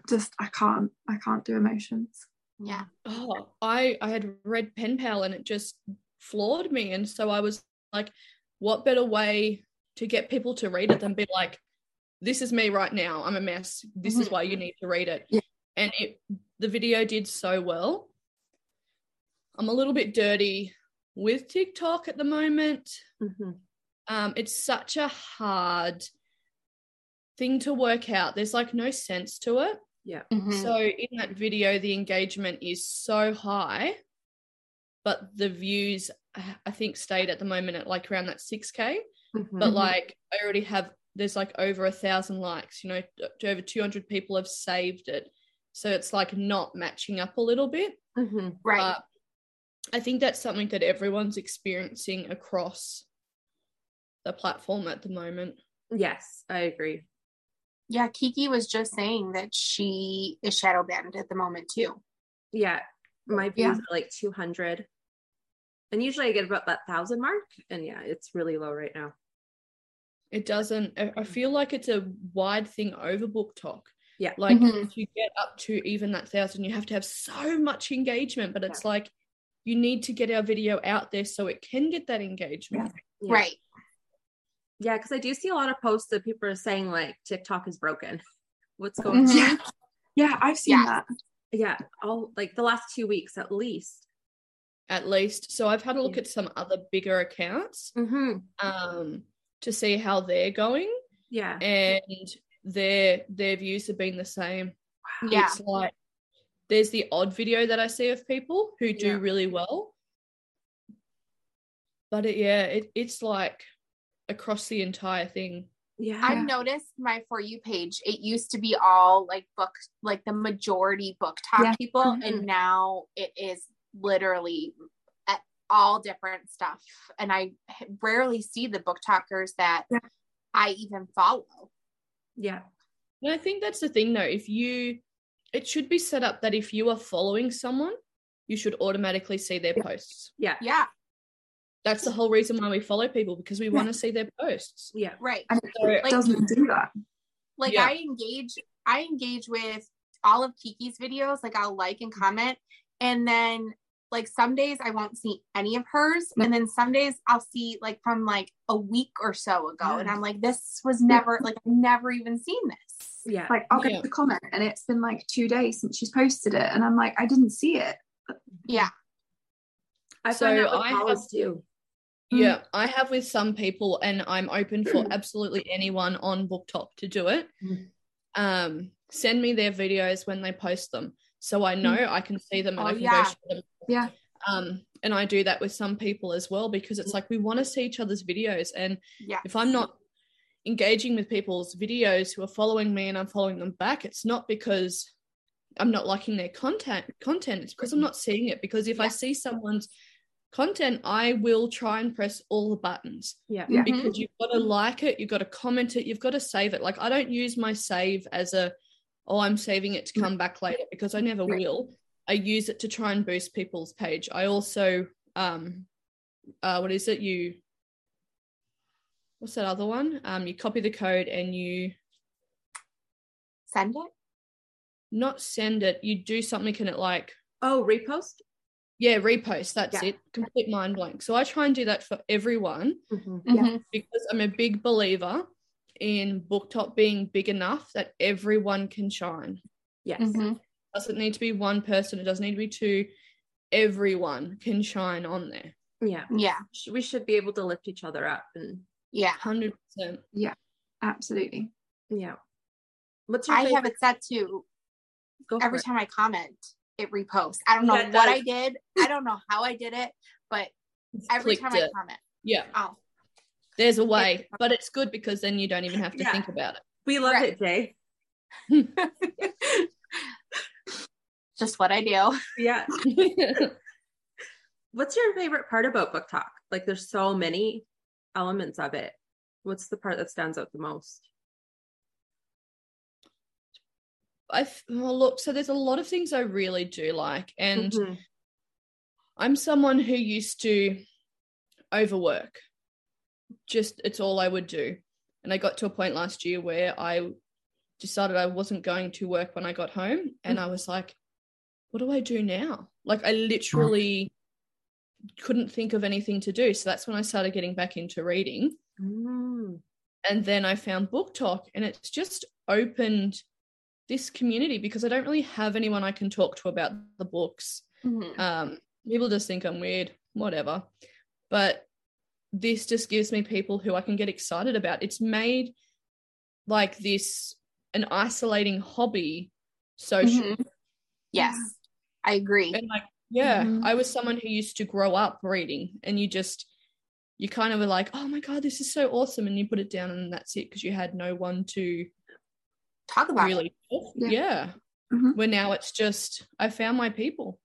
[SPEAKER 2] just I can't, I can't do emotions.
[SPEAKER 3] Yeah.
[SPEAKER 4] oh i i had read pen pal and it just floored me and so i was like what better way to get people to read it than be like this is me right now i'm a mess this is
[SPEAKER 3] Mhm.
[SPEAKER 4] why you need to read it
[SPEAKER 2] Yeah.
[SPEAKER 4] and it the video did so well i'm a little bit dirty with tiktok at the moment
[SPEAKER 1] Mhm.
[SPEAKER 4] um, it's such a hard thing to work out there's like no sense to it
[SPEAKER 3] Mhm.
[SPEAKER 4] so in that video, the engagement is so high, but the views I- I think stayed at the moment at like around that 6k.
[SPEAKER 1] Mhm.
[SPEAKER 4] But
[SPEAKER 2] Mhm.
[SPEAKER 4] like I already have there's like over a thousand likes, you know, t- over 200 people have saved it. So it's like not matching up a little bit.
[SPEAKER 1] Mhm.
[SPEAKER 3] right.
[SPEAKER 4] But I think that's something that everyone's experiencing across the platform at the moment.
[SPEAKER 1] Yes, I agree.
[SPEAKER 3] Yeah, Kiki was just saying that she is shadow banned at the moment too.
[SPEAKER 1] Yeah, my views
[SPEAKER 2] Yeah.
[SPEAKER 1] are like 200. And usually I get about that thousand mark. And yeah, it's really low right now.
[SPEAKER 4] It doesn't. I I feel like it's a wide thing over book talk.
[SPEAKER 1] Yeah.
[SPEAKER 4] Like
[SPEAKER 3] Mhm.
[SPEAKER 4] if you get up to even that thousand, you have to have so much engagement. But it's like you need to get our video out there so it can get that engagement.
[SPEAKER 1] Yeah.
[SPEAKER 3] Right.
[SPEAKER 1] Yeah, because I do see a lot of posts that people are saying like TikTok is broken. What's going
[SPEAKER 3] Mhm.
[SPEAKER 1] on?
[SPEAKER 2] Yeah. Yeah, I've seen
[SPEAKER 3] Yeah.
[SPEAKER 2] that.
[SPEAKER 1] Yeah, all like the last two weeks at least.
[SPEAKER 4] At least. So I've had a look
[SPEAKER 1] Yeah.
[SPEAKER 4] at some other bigger accounts
[SPEAKER 1] Mm-hmm.
[SPEAKER 4] um, to see how they're going,
[SPEAKER 1] Yeah.
[SPEAKER 4] and their their views have been the same.
[SPEAKER 3] Yeah.
[SPEAKER 4] It's like there's the odd video that I see of people who do
[SPEAKER 1] Yeah.
[SPEAKER 4] really well. But it, yeah, it, it's like across the entire thing.
[SPEAKER 1] Yeah.
[SPEAKER 3] I've noticed my for you page. It used to be all like book, like the majority book talk
[SPEAKER 2] Yeah.
[SPEAKER 3] people,
[SPEAKER 1] Mhm.
[SPEAKER 3] and now it is literally at all different stuff. And I rarely see the book talkers that
[SPEAKER 2] Yeah.
[SPEAKER 3] I even follow.
[SPEAKER 1] yeah.
[SPEAKER 4] And I think that's the thing though. If you, it should be set up that if you are following someone, you should automatically see their posts.
[SPEAKER 1] Yeah.
[SPEAKER 3] Yeah,
[SPEAKER 4] That's the whole reason why we follow people because we want to see their posts.
[SPEAKER 1] Yeah.
[SPEAKER 3] right.
[SPEAKER 2] And
[SPEAKER 4] So
[SPEAKER 2] it doesn't do that.
[SPEAKER 3] like
[SPEAKER 4] Yeah.
[SPEAKER 3] i engage i engage with all of kiki's videos like i'll like and
[SPEAKER 1] Mm-hmm.
[SPEAKER 3] comment and then like some days i won't see any of
[SPEAKER 1] Mm-hmm.
[SPEAKER 3] hers and then some days i'll see like from like a week or so ago and i'm like this was never like i've never even seen this
[SPEAKER 1] Yeah.
[SPEAKER 2] Like I'll get
[SPEAKER 4] Yeah.
[SPEAKER 2] the comment and it's been like two days since she's posted it. And I'm like, I didn't see it.
[SPEAKER 3] yeah
[SPEAKER 1] I
[SPEAKER 4] So
[SPEAKER 1] find that with
[SPEAKER 4] I have-
[SPEAKER 1] follows too.
[SPEAKER 3] Mm.
[SPEAKER 4] Yeah, I have with some people, and I'm open for
[SPEAKER 3] Hmm.
[SPEAKER 4] absolutely anyone on BookTok to do it.
[SPEAKER 1] Mm.
[SPEAKER 4] Um, send me their videos when they post them, so I know I can see them and
[SPEAKER 3] Hmm. Oh,
[SPEAKER 4] I can
[SPEAKER 3] yeah.
[SPEAKER 4] go share them.
[SPEAKER 2] Yeah.
[SPEAKER 4] Um, and I do that with some people as well because it's like we want to see each other's videos, and
[SPEAKER 3] yeah
[SPEAKER 4] if I'm not engaging with people's videos who are following me and I'm following them back, it's not because I'm not liking their content content. It's because I'm not seeing it. Because if I
[SPEAKER 3] Mm-hmm. Yeah.
[SPEAKER 4] see someone's content, I will try and press all the buttons.
[SPEAKER 1] Yeah.
[SPEAKER 2] Yeah.
[SPEAKER 3] Hmm. Mm-hmm.
[SPEAKER 4] Because you've got to like it, you've got to comment it, you've got to save it. Like I don't use my save as a oh, I'm saving it to come back later because I never
[SPEAKER 2] Right.
[SPEAKER 4] will. I use it to try and boost people's page. I also um uh what is it? You what's that other one? Um you copy the code and you
[SPEAKER 3] send it
[SPEAKER 4] not send it, you do something in it like,
[SPEAKER 1] Oh, repost?
[SPEAKER 4] yeah, repost, that's
[SPEAKER 1] Yeah.
[SPEAKER 4] it. Complete mind blank. So I try and do that for everyone
[SPEAKER 1] Mhm.
[SPEAKER 2] Yeah.
[SPEAKER 3] Mhm.
[SPEAKER 4] because I'm a big believer in booktop being big enough that everyone can shine.
[SPEAKER 1] Yes.
[SPEAKER 3] Mhm.
[SPEAKER 4] It doesn't need to be one person, it doesn't need to be two. Everyone can shine on there.
[SPEAKER 1] Yeah.
[SPEAKER 3] yeah
[SPEAKER 1] Sh- We should be able to lift each other up and
[SPEAKER 3] yeah
[SPEAKER 4] Hundred percent.
[SPEAKER 2] Absolutely.
[SPEAKER 1] yeah. What's your
[SPEAKER 3] i
[SPEAKER 1] favorite?
[SPEAKER 3] have it set to
[SPEAKER 1] Go for
[SPEAKER 3] every
[SPEAKER 1] it.
[SPEAKER 3] time i comment it reposts i don't know
[SPEAKER 1] Yeah, it does.
[SPEAKER 3] what i did i don't know how i did it but every time i comment
[SPEAKER 4] Yeah,
[SPEAKER 3] oh
[SPEAKER 4] there's a way, but it's good because then you don't even have to
[SPEAKER 1] Yeah.
[SPEAKER 4] think about it.
[SPEAKER 1] We love
[SPEAKER 3] Right.
[SPEAKER 1] it, Jay.
[SPEAKER 3] just what i do
[SPEAKER 1] Yeah. What's your favorite part about Book Talk? Like, there's so many elements of it. What's the part that stands out the most?
[SPEAKER 4] I th- oh, look, so there's a lot of things I really do like, and I'm someone who used to overwork. Just it's all I would do. And I got to a point last year where I decided I wasn't going to work when I got home. And I was like, what do I do now? Like I literally couldn't think of anything to do. So that's when I started getting back into reading.
[SPEAKER 1] Mm.
[SPEAKER 4] And then I found Book Talk and it's just opened this community because I don't really have anyone I can talk to about the books
[SPEAKER 3] Mhm.
[SPEAKER 4] um people just think i'm weird whatever but this just gives me people who i can get excited about it's made like this an isolating hobby social
[SPEAKER 3] Mhm. Yes, I agree.
[SPEAKER 4] and like yeah
[SPEAKER 2] Mhm.
[SPEAKER 4] i was someone who used to grow up reading and you just you kind of were like oh my god this is so awesome and you put it down and that's it because you had no one to
[SPEAKER 3] Talk about
[SPEAKER 4] really talk-
[SPEAKER 2] Yeah.
[SPEAKER 4] yeah,
[SPEAKER 2] Mhm.
[SPEAKER 4] where now it's just i found my people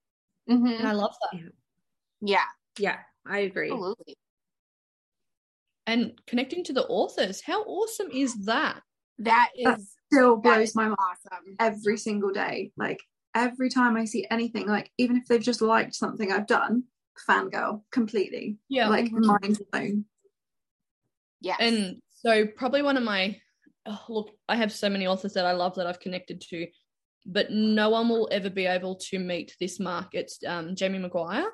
[SPEAKER 3] it. Mhm.
[SPEAKER 4] and i love that
[SPEAKER 3] Yeah,
[SPEAKER 1] Yeah, I agree.
[SPEAKER 3] absolutely.
[SPEAKER 4] and connecting to the authors. How awesome is that?
[SPEAKER 3] That is
[SPEAKER 2] That Still
[SPEAKER 3] that
[SPEAKER 2] blows
[SPEAKER 3] is
[SPEAKER 2] my mind
[SPEAKER 3] awesome.
[SPEAKER 2] every single day. Like every time I see anything, like even if they've just liked something I've done, fangirl completely.
[SPEAKER 4] Yeah. Mm-hmm.
[SPEAKER 2] Like mind blown.
[SPEAKER 3] Yes.
[SPEAKER 4] And so probably one of my oh, look, I have so many authors that I love that I've connected to, but no one will ever be able to meet this mark. It's um, Jamie Maguire,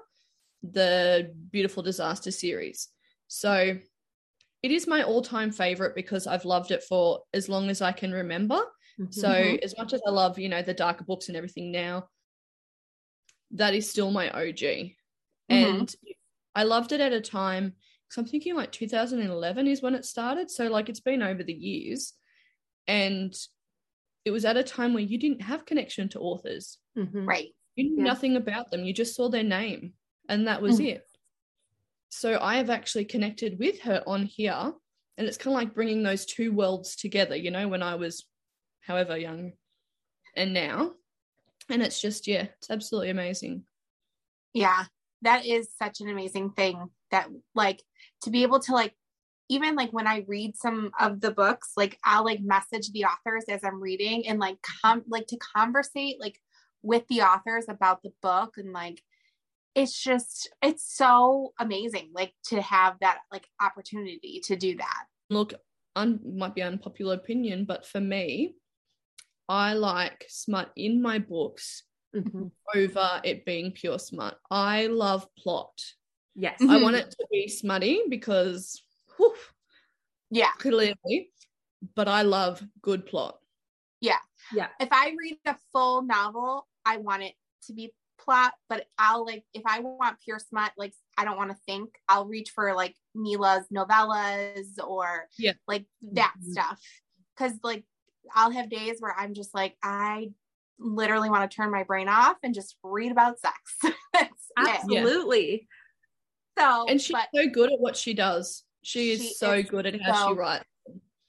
[SPEAKER 4] the Beautiful Disaster series. So it is my all-time favorite because I've loved it for as long as I can remember.
[SPEAKER 1] Mm-hmm.
[SPEAKER 4] So
[SPEAKER 2] Mhm.
[SPEAKER 4] as much as I love, you know, the darker books and everything now, that is still my OG. And I loved it at a time because I'm thinking like 2011 is when it started. So like it's been over the years. And it was at a time where you didn't have connection to authors.
[SPEAKER 1] Mhm.
[SPEAKER 3] right.
[SPEAKER 4] You knew
[SPEAKER 2] Yeah.
[SPEAKER 4] nothing about them. You just saw their name and that was it. So I have actually connected with her on here. And it's kind of like bringing those two worlds together, you know, when I was however young and now. And it's just, yeah, it's absolutely amazing.
[SPEAKER 3] Yeah. That is such an amazing thing that like to be able to like even like when I read some of the books, like I'll like message the authors as I'm reading and like com like to conversate like with the authors about the book and like it's just it's so amazing like to have that like opportunity to do that.
[SPEAKER 4] Look, un- might be unpopular opinion, but for me, I like smut in my books
[SPEAKER 1] Mhm.
[SPEAKER 4] over it being pure smut. I love plot.
[SPEAKER 1] Yes. Oh,
[SPEAKER 3] Mhm.
[SPEAKER 4] I want it to be smutty because, whew,
[SPEAKER 3] Yeah.
[SPEAKER 4] clearly, but I love good plot.
[SPEAKER 1] Yeah.
[SPEAKER 3] if I read a full novel, I want it to be plot, but I'll like if I want pure smut, like I don't want to think, I'll reach for like Mila's novellas or
[SPEAKER 4] Yeah. Mm-hmm.
[SPEAKER 3] like that
[SPEAKER 1] Mhm.
[SPEAKER 3] stuff. Cause like I'll have days where I'm just like, I literally want to turn my brain off and just read about sex. That's it.
[SPEAKER 1] Absolutely.
[SPEAKER 3] So
[SPEAKER 4] And she's
[SPEAKER 3] but
[SPEAKER 4] so good at what she does. She is
[SPEAKER 3] She
[SPEAKER 4] so
[SPEAKER 3] is
[SPEAKER 4] good at how
[SPEAKER 3] so
[SPEAKER 4] she writes.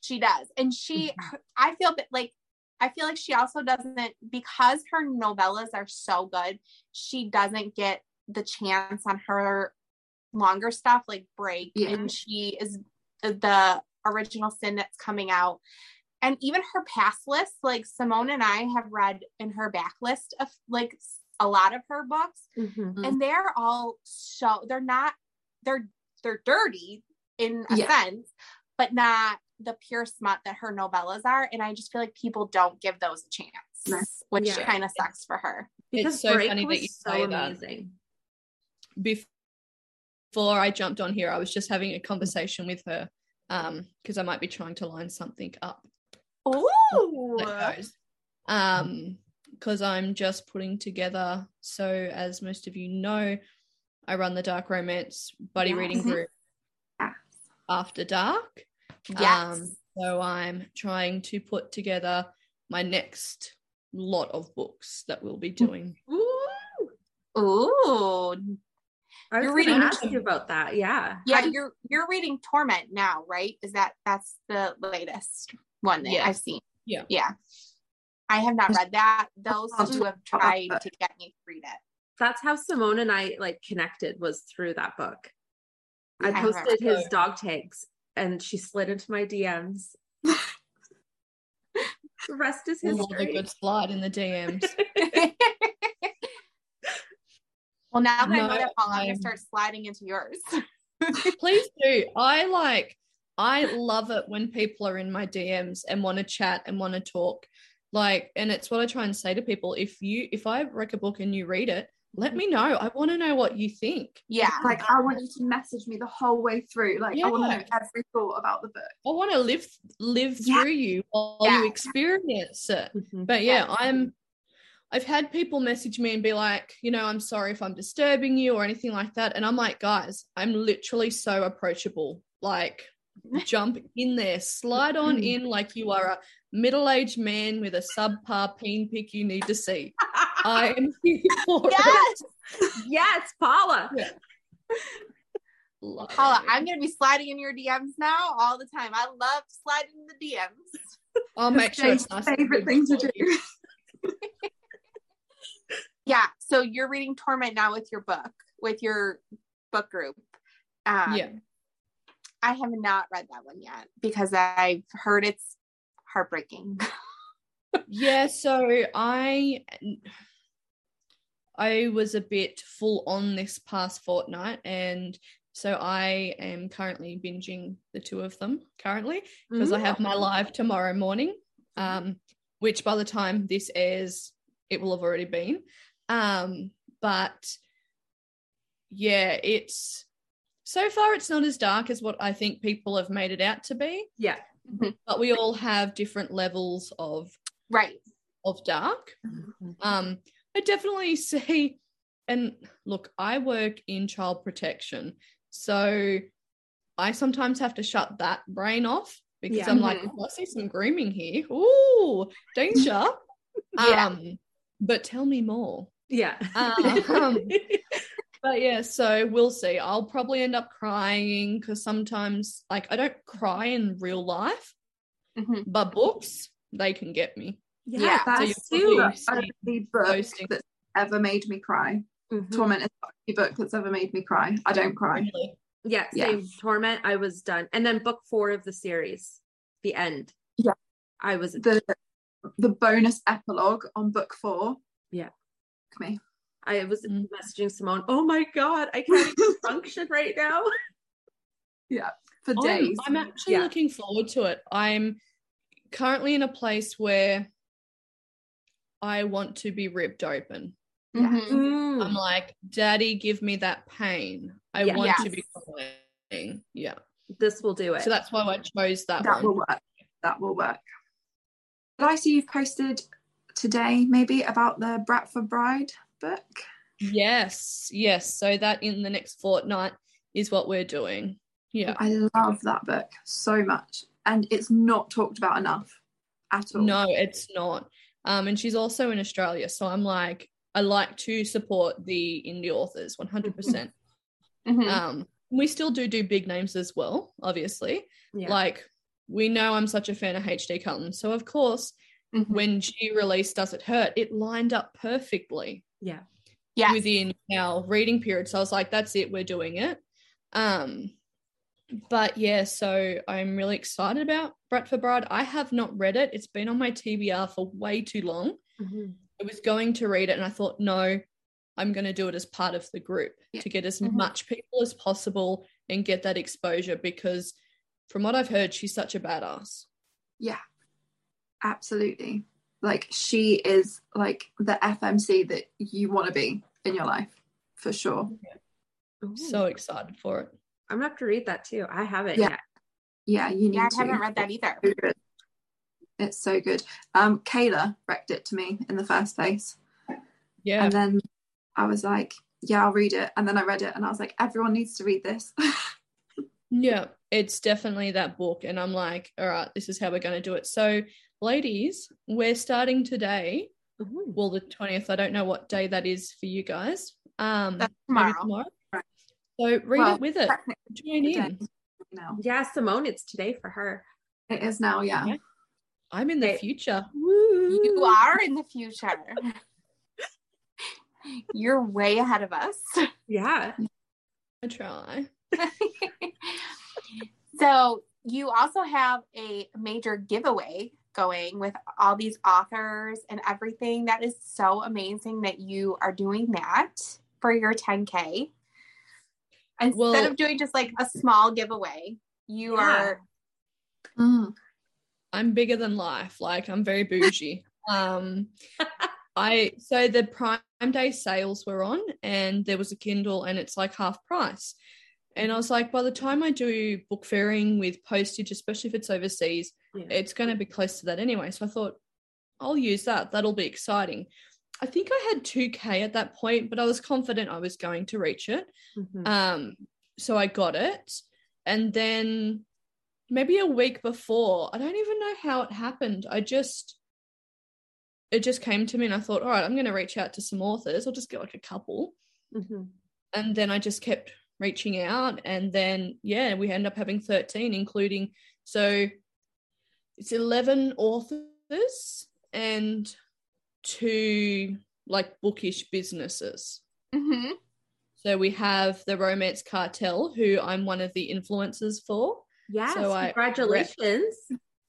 [SPEAKER 3] she does. And she I feel that like I feel like she also doesn't because her novellas are so good, she doesn't get the chance on her longer stuff like break
[SPEAKER 2] Yeah.
[SPEAKER 3] and she is the original sin that's coming out. And even her past list, like Simone and I have read in her backlist of like a lot of her books
[SPEAKER 1] Mhm.
[SPEAKER 3] and they're all so they're not they're they're dirty in a
[SPEAKER 2] Yeah.
[SPEAKER 3] sense but not the pure smut that her novellas are and i just feel like people don't give those a chance
[SPEAKER 2] No.
[SPEAKER 3] which
[SPEAKER 1] Yeah.
[SPEAKER 3] kind of sucks for her
[SPEAKER 1] Because
[SPEAKER 4] It's so
[SPEAKER 1] Break
[SPEAKER 4] funny that
[SPEAKER 1] was
[SPEAKER 4] you
[SPEAKER 1] so
[SPEAKER 4] say that.
[SPEAKER 1] amazing.
[SPEAKER 4] bef- before I jumped on here, I was just having a conversation with her um because I might be trying to line something up.
[SPEAKER 3] Ooh.
[SPEAKER 4] That goes. Um, because I'm just putting together. So as most of you know, I run the Dark Romance Buddy
[SPEAKER 2] Yes.
[SPEAKER 4] Reading
[SPEAKER 3] Mhm.
[SPEAKER 4] Group
[SPEAKER 3] Mm-hmm.
[SPEAKER 2] Yes.
[SPEAKER 4] after dark.
[SPEAKER 3] yes
[SPEAKER 4] Um, so I'm trying to put together my next lot of books that we'll be doing.
[SPEAKER 1] Ooh.
[SPEAKER 3] Um, ooh
[SPEAKER 1] I was
[SPEAKER 3] You're
[SPEAKER 1] going
[SPEAKER 3] reading-
[SPEAKER 1] to ask you about that. Yeah.
[SPEAKER 3] yeah
[SPEAKER 1] How did-
[SPEAKER 3] you're you're reading torment now right is that that's the latest one that
[SPEAKER 4] Yeah.
[SPEAKER 3] i've seen
[SPEAKER 4] Yeah.
[SPEAKER 3] yeah i have not read that those
[SPEAKER 2] Oh,
[SPEAKER 3] two have tried
[SPEAKER 2] God.
[SPEAKER 3] to get me to read it
[SPEAKER 1] that's how Simone and I like connected was through that book. I
[SPEAKER 3] Yeah.
[SPEAKER 1] posted his
[SPEAKER 4] So-
[SPEAKER 1] dog tags and she slid into my DMs. the rest is
[SPEAKER 4] Another
[SPEAKER 1] history.
[SPEAKER 4] good slide in the DMs.
[SPEAKER 3] well, now that I
[SPEAKER 4] No,
[SPEAKER 3] know that, Paul, I'm gonna
[SPEAKER 4] I'm-
[SPEAKER 3] start sliding into yours.
[SPEAKER 4] Please do. I like, I love it when people are in my DMs and want to chat and want to talk. Like, and it's what I try and say to people. If you, if I wreck a book and you read it, let me know. I want to know what you think.
[SPEAKER 3] Yeah,
[SPEAKER 2] Like I want you to message me the whole way through. Like I want to know
[SPEAKER 4] Yeah.
[SPEAKER 2] every thought about the book.
[SPEAKER 4] I want to live, live
[SPEAKER 2] Yeah.
[SPEAKER 4] through you while
[SPEAKER 3] Yeah.
[SPEAKER 4] you experience it.
[SPEAKER 1] Mhm.
[SPEAKER 4] But yeah,
[SPEAKER 3] Yes.
[SPEAKER 4] I'm I've had people message me and be like, you know, I'm sorry if I'm disturbing you or anything like that. And I'm like, guys, I'm literally so approachable. Like, jump in there, slide on
[SPEAKER 2] Mm-hmm.
[SPEAKER 4] in like you are a middle aged man with a subpar peen pic you need to see. I am here for
[SPEAKER 3] Yes!
[SPEAKER 4] it.
[SPEAKER 1] yes, Paula.
[SPEAKER 4] Love
[SPEAKER 3] Paula,
[SPEAKER 4] it.
[SPEAKER 3] I'm gonna be sliding in your DMs now all the time. I love sliding in the DMs.
[SPEAKER 4] I'll make sure
[SPEAKER 2] Jane's
[SPEAKER 4] it's nice. and
[SPEAKER 2] favorite
[SPEAKER 4] good
[SPEAKER 2] thing to
[SPEAKER 4] quality.
[SPEAKER 2] do.
[SPEAKER 3] Yeah, so you're reading Torment now with your book, with your book group. Um,
[SPEAKER 4] Yeah.
[SPEAKER 3] I have not read that one yet because I've heard it's heartbreaking.
[SPEAKER 4] yeah so i i was a bit full on this past fortnight and so i am currently binging the two of them currently because
[SPEAKER 1] Mm-hmm.
[SPEAKER 4] i have my live tomorrow morning um which by the time this airs it will have already been um but yeah it's so far it's not as dark as what i think people have made it out to be
[SPEAKER 1] Yeah.
[SPEAKER 4] but we all have different levels of
[SPEAKER 3] right.
[SPEAKER 4] of dark. Um, I definitely see, and look, I work in child protection, so I sometimes have to shut that brain off because
[SPEAKER 2] Yeah.
[SPEAKER 4] I'm like, oh, I see some grooming here. Ooh, danger.
[SPEAKER 3] Yeah.
[SPEAKER 4] Um, but tell me more.
[SPEAKER 1] Yeah. Uh-huh.
[SPEAKER 4] Um, but yeah, so we'll see. I'll probably end up crying because sometimes, like, I don't cry in real life,
[SPEAKER 3] Mhm.
[SPEAKER 4] but books they can get me.
[SPEAKER 1] yeah,
[SPEAKER 3] yeah,
[SPEAKER 1] that's
[SPEAKER 4] so
[SPEAKER 1] too.
[SPEAKER 4] you're probably-
[SPEAKER 2] The only book
[SPEAKER 4] Posting. Mm-hmm.
[SPEAKER 2] that's ever made me cry.
[SPEAKER 1] Mhm.
[SPEAKER 2] Torment is the only book that's ever made me cry. I don't cry.
[SPEAKER 4] Really.
[SPEAKER 1] Yeah,
[SPEAKER 2] Yeah.
[SPEAKER 1] same torment. I was done. And then book four of the series, the end.
[SPEAKER 2] Yeah.
[SPEAKER 1] I was
[SPEAKER 2] The the bonus epilogue on book four.
[SPEAKER 1] Yeah.
[SPEAKER 2] Fuck Me.
[SPEAKER 1] I was
[SPEAKER 4] Mm.
[SPEAKER 1] messaging Simone, oh my god, I can't even function right now.
[SPEAKER 2] For
[SPEAKER 4] Oh, I'm-
[SPEAKER 2] days.
[SPEAKER 4] I'm, actually
[SPEAKER 1] Yeah.
[SPEAKER 4] looking forward to it. I'm currently in a place where I want to be ripped open.
[SPEAKER 2] Yeah.
[SPEAKER 3] Mhm.
[SPEAKER 1] Mm.
[SPEAKER 4] I'm like, Daddy, give me that pain. I
[SPEAKER 1] Yeah.
[SPEAKER 4] want to
[SPEAKER 3] Yes.
[SPEAKER 4] be crying. Yeah.
[SPEAKER 1] This will do it.
[SPEAKER 4] So that's why I chose that,
[SPEAKER 2] that will
[SPEAKER 4] one.
[SPEAKER 2] work. That will work. Did I see you've posted today maybe about the Bradford Bride book?
[SPEAKER 4] Yes. Yes. So that in the next fortnight is what we're doing. Yeah.
[SPEAKER 2] I love that book so much. And it's not talked about enough at all.
[SPEAKER 4] No, it's not. Um, and she's also in Australia. So I'm like, I like to support the indie authors 100%.
[SPEAKER 3] Mhm.
[SPEAKER 1] Mm-hmm.
[SPEAKER 4] Um, we still do do big names as well, obviously.
[SPEAKER 1] yeah.
[SPEAKER 4] Like we know I'm such a fan of HD Carlton, so of course
[SPEAKER 3] Mhm.
[SPEAKER 1] Mm-hmm.
[SPEAKER 4] when she released Does It Hurt, it lined up perfectly
[SPEAKER 1] yeah.
[SPEAKER 3] Yes.
[SPEAKER 4] within our reading period. So I was like, that's it, we're doing it. Um, but yeah, so I'm really excited about Brett for Bride. I have not read it. It's been on my TBR for way too long.
[SPEAKER 1] Mhm.
[SPEAKER 4] I was going to read it and I thought, no, I'm going to do it as part of the group
[SPEAKER 2] Yeah.
[SPEAKER 4] to get as
[SPEAKER 3] Mhm.
[SPEAKER 4] much people as possible and get that exposure because from what I've heard, she's such a badass.
[SPEAKER 2] Absolutely. Like she is like the FMC that you want to be in your life for sure.
[SPEAKER 1] Ooh.
[SPEAKER 4] So excited for it.
[SPEAKER 1] I'm gonna have to read that too. I haven't
[SPEAKER 2] Yeah.
[SPEAKER 1] yet.
[SPEAKER 2] Yeah, you need
[SPEAKER 3] Yeah,
[SPEAKER 2] to.
[SPEAKER 3] I haven't read that either.
[SPEAKER 2] So good. It's so good. Um, Kayla wrecked it to me in the first place.
[SPEAKER 4] Yeah.
[SPEAKER 2] And then I was like, yeah, I'll read it. And then I read it and I was like, everyone needs to read this.
[SPEAKER 4] Yeah. It's definitely that book. And I'm like, all right, this is how we're going to do it. So, ladies, we're starting today.
[SPEAKER 1] Mhm.
[SPEAKER 4] Well, the 20th. I don't know what day that is for you guys. Um,
[SPEAKER 3] That's
[SPEAKER 4] maybe
[SPEAKER 3] tomorrow.
[SPEAKER 4] tomorrow.
[SPEAKER 2] Right.
[SPEAKER 4] So, read
[SPEAKER 2] Well,
[SPEAKER 4] it with it.
[SPEAKER 2] technically
[SPEAKER 4] Join in.
[SPEAKER 2] now.
[SPEAKER 1] Yeah, Simone, it's today for her.
[SPEAKER 2] It is now, yeah.
[SPEAKER 4] Yeah. I'm in the
[SPEAKER 1] Okay.
[SPEAKER 4] future.
[SPEAKER 3] You
[SPEAKER 1] Mm.
[SPEAKER 3] are in the future. You're way ahead of us.
[SPEAKER 1] Yeah.
[SPEAKER 4] I try.
[SPEAKER 3] so you also have a major giveaway going with all these authors and everything. That is so amazing that you are doing that for your 10K. Instead
[SPEAKER 4] Well-
[SPEAKER 3] of doing just like a small giveaway, you
[SPEAKER 1] Yeah.
[SPEAKER 3] are
[SPEAKER 2] Mm.
[SPEAKER 4] I'm bigger than life. Like I'm very bougie. um I so the prime day sales were on and there was a Kindle and it's like half price. And I was like, by the time I do book fairing with postage, especially if it's overseas,
[SPEAKER 1] Yeah.
[SPEAKER 4] it's gonna be close to that anyway. So I thought, I'll use that. That'll be exciting. I think I had 2K at that point, but I was confident I was going to reach it.
[SPEAKER 1] Mhm.
[SPEAKER 4] Um, so I got it, and then maybe a week before, I don't even know how it happened. I just it just came to me, and I thought, all right, I'm going to reach out to some authors. I'll just get like a couple,
[SPEAKER 1] Mhm.
[SPEAKER 4] and then I just kept reaching out, and then yeah, we end up having 13, including so it's 11 authors and two like bookish businesses.
[SPEAKER 3] Mhm.
[SPEAKER 4] So we have the Romance Cartel, who I'm one of the influencers for.
[SPEAKER 1] Yes,
[SPEAKER 4] So I-
[SPEAKER 1] congratulations.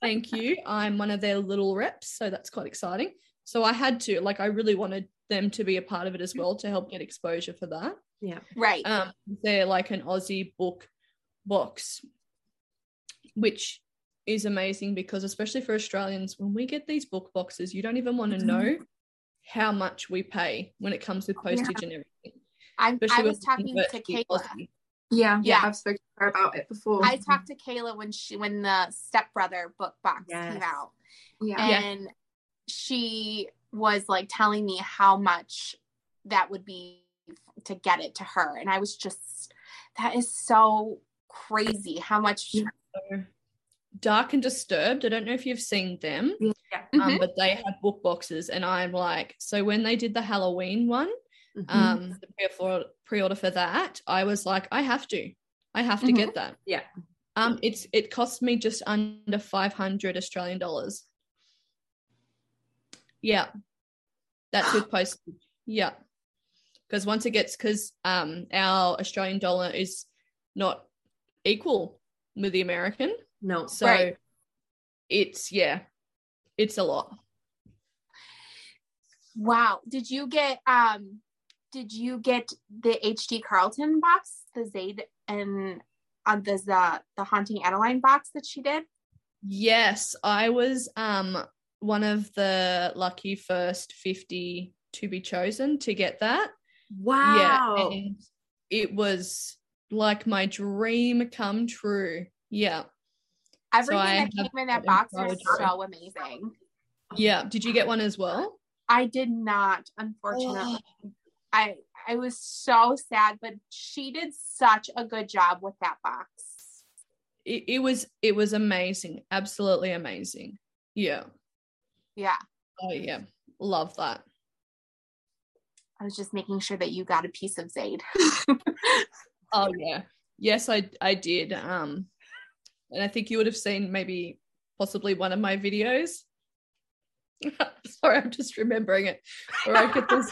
[SPEAKER 4] Thank you. I'm one of their little reps, so that's quite exciting. So I had to like I really wanted them to be a part of it as well to help get exposure for that.
[SPEAKER 3] Right.
[SPEAKER 4] Um, they're like an Aussie book box, which is amazing because especially for Australians, when we get these book boxes, you don't even want to
[SPEAKER 3] Mm-hmm.
[SPEAKER 2] Mhm.
[SPEAKER 4] know how much we pay when it comes with
[SPEAKER 2] Yeah.
[SPEAKER 4] postage and everything.
[SPEAKER 3] I, I was
[SPEAKER 4] Especially when we
[SPEAKER 3] talking
[SPEAKER 4] convert
[SPEAKER 3] to
[SPEAKER 4] the
[SPEAKER 3] Kayla.
[SPEAKER 4] Aussie.
[SPEAKER 2] Yeah, yeah,
[SPEAKER 3] Yeah.
[SPEAKER 2] I've spoken to her about it before.
[SPEAKER 3] I talked to Kayla when she when the stepbrother book box
[SPEAKER 1] Yes.
[SPEAKER 3] came out.
[SPEAKER 2] yeah,
[SPEAKER 4] Yeah.
[SPEAKER 3] And she was like telling me how much that would be to get it to her. And I was just that is so crazy how much
[SPEAKER 2] Yeah.
[SPEAKER 4] So, Dark and Disturbed. I don't know if you've seen them.
[SPEAKER 2] yeah, yeah.
[SPEAKER 4] um,
[SPEAKER 3] Mhm.
[SPEAKER 4] but they had book boxes and i'm like so when they did the halloween one
[SPEAKER 1] Mhm.
[SPEAKER 4] um the pre-order, pre-order for that i was like i have to i have to
[SPEAKER 2] Mhm.
[SPEAKER 4] get that
[SPEAKER 1] Yeah.
[SPEAKER 4] um it's it cost me just under 500 australian dollars yeah that's with postage yeah because once it gets because um our australian dollar is not equal with the american
[SPEAKER 1] No.
[SPEAKER 4] so
[SPEAKER 3] Right.
[SPEAKER 4] it's yeah it's a lot
[SPEAKER 3] Wow. Did you get um did you get the HD Carlton box, the Zaid and on the the, the Haunting Adeline box that she did?
[SPEAKER 4] Yes, I was um one of the lucky first 50 to be chosen to get that.
[SPEAKER 1] Wow.
[SPEAKER 4] Yeah. And it was like my dream come true. Yeah.
[SPEAKER 3] Everything
[SPEAKER 4] I
[SPEAKER 3] that
[SPEAKER 4] have
[SPEAKER 3] came in that
[SPEAKER 4] gotten
[SPEAKER 3] box
[SPEAKER 4] proud
[SPEAKER 3] was
[SPEAKER 4] of it.
[SPEAKER 3] so amazing.
[SPEAKER 4] Yeah. Did you get one as well?
[SPEAKER 3] I did not, unfortunately. I I was so sad, but she did such a good job with that box.
[SPEAKER 4] It, it was it was amazing. Absolutely amazing. Yeah.
[SPEAKER 3] Yeah.
[SPEAKER 4] Oh yeah. Love that.
[SPEAKER 3] I was just making sure that you got a piece of Zaid.
[SPEAKER 4] Oh yeah. Yes, I I did. Um and I think you would have seen maybe possibly one of my videos. Sorry, I'm just remembering it. Where I get this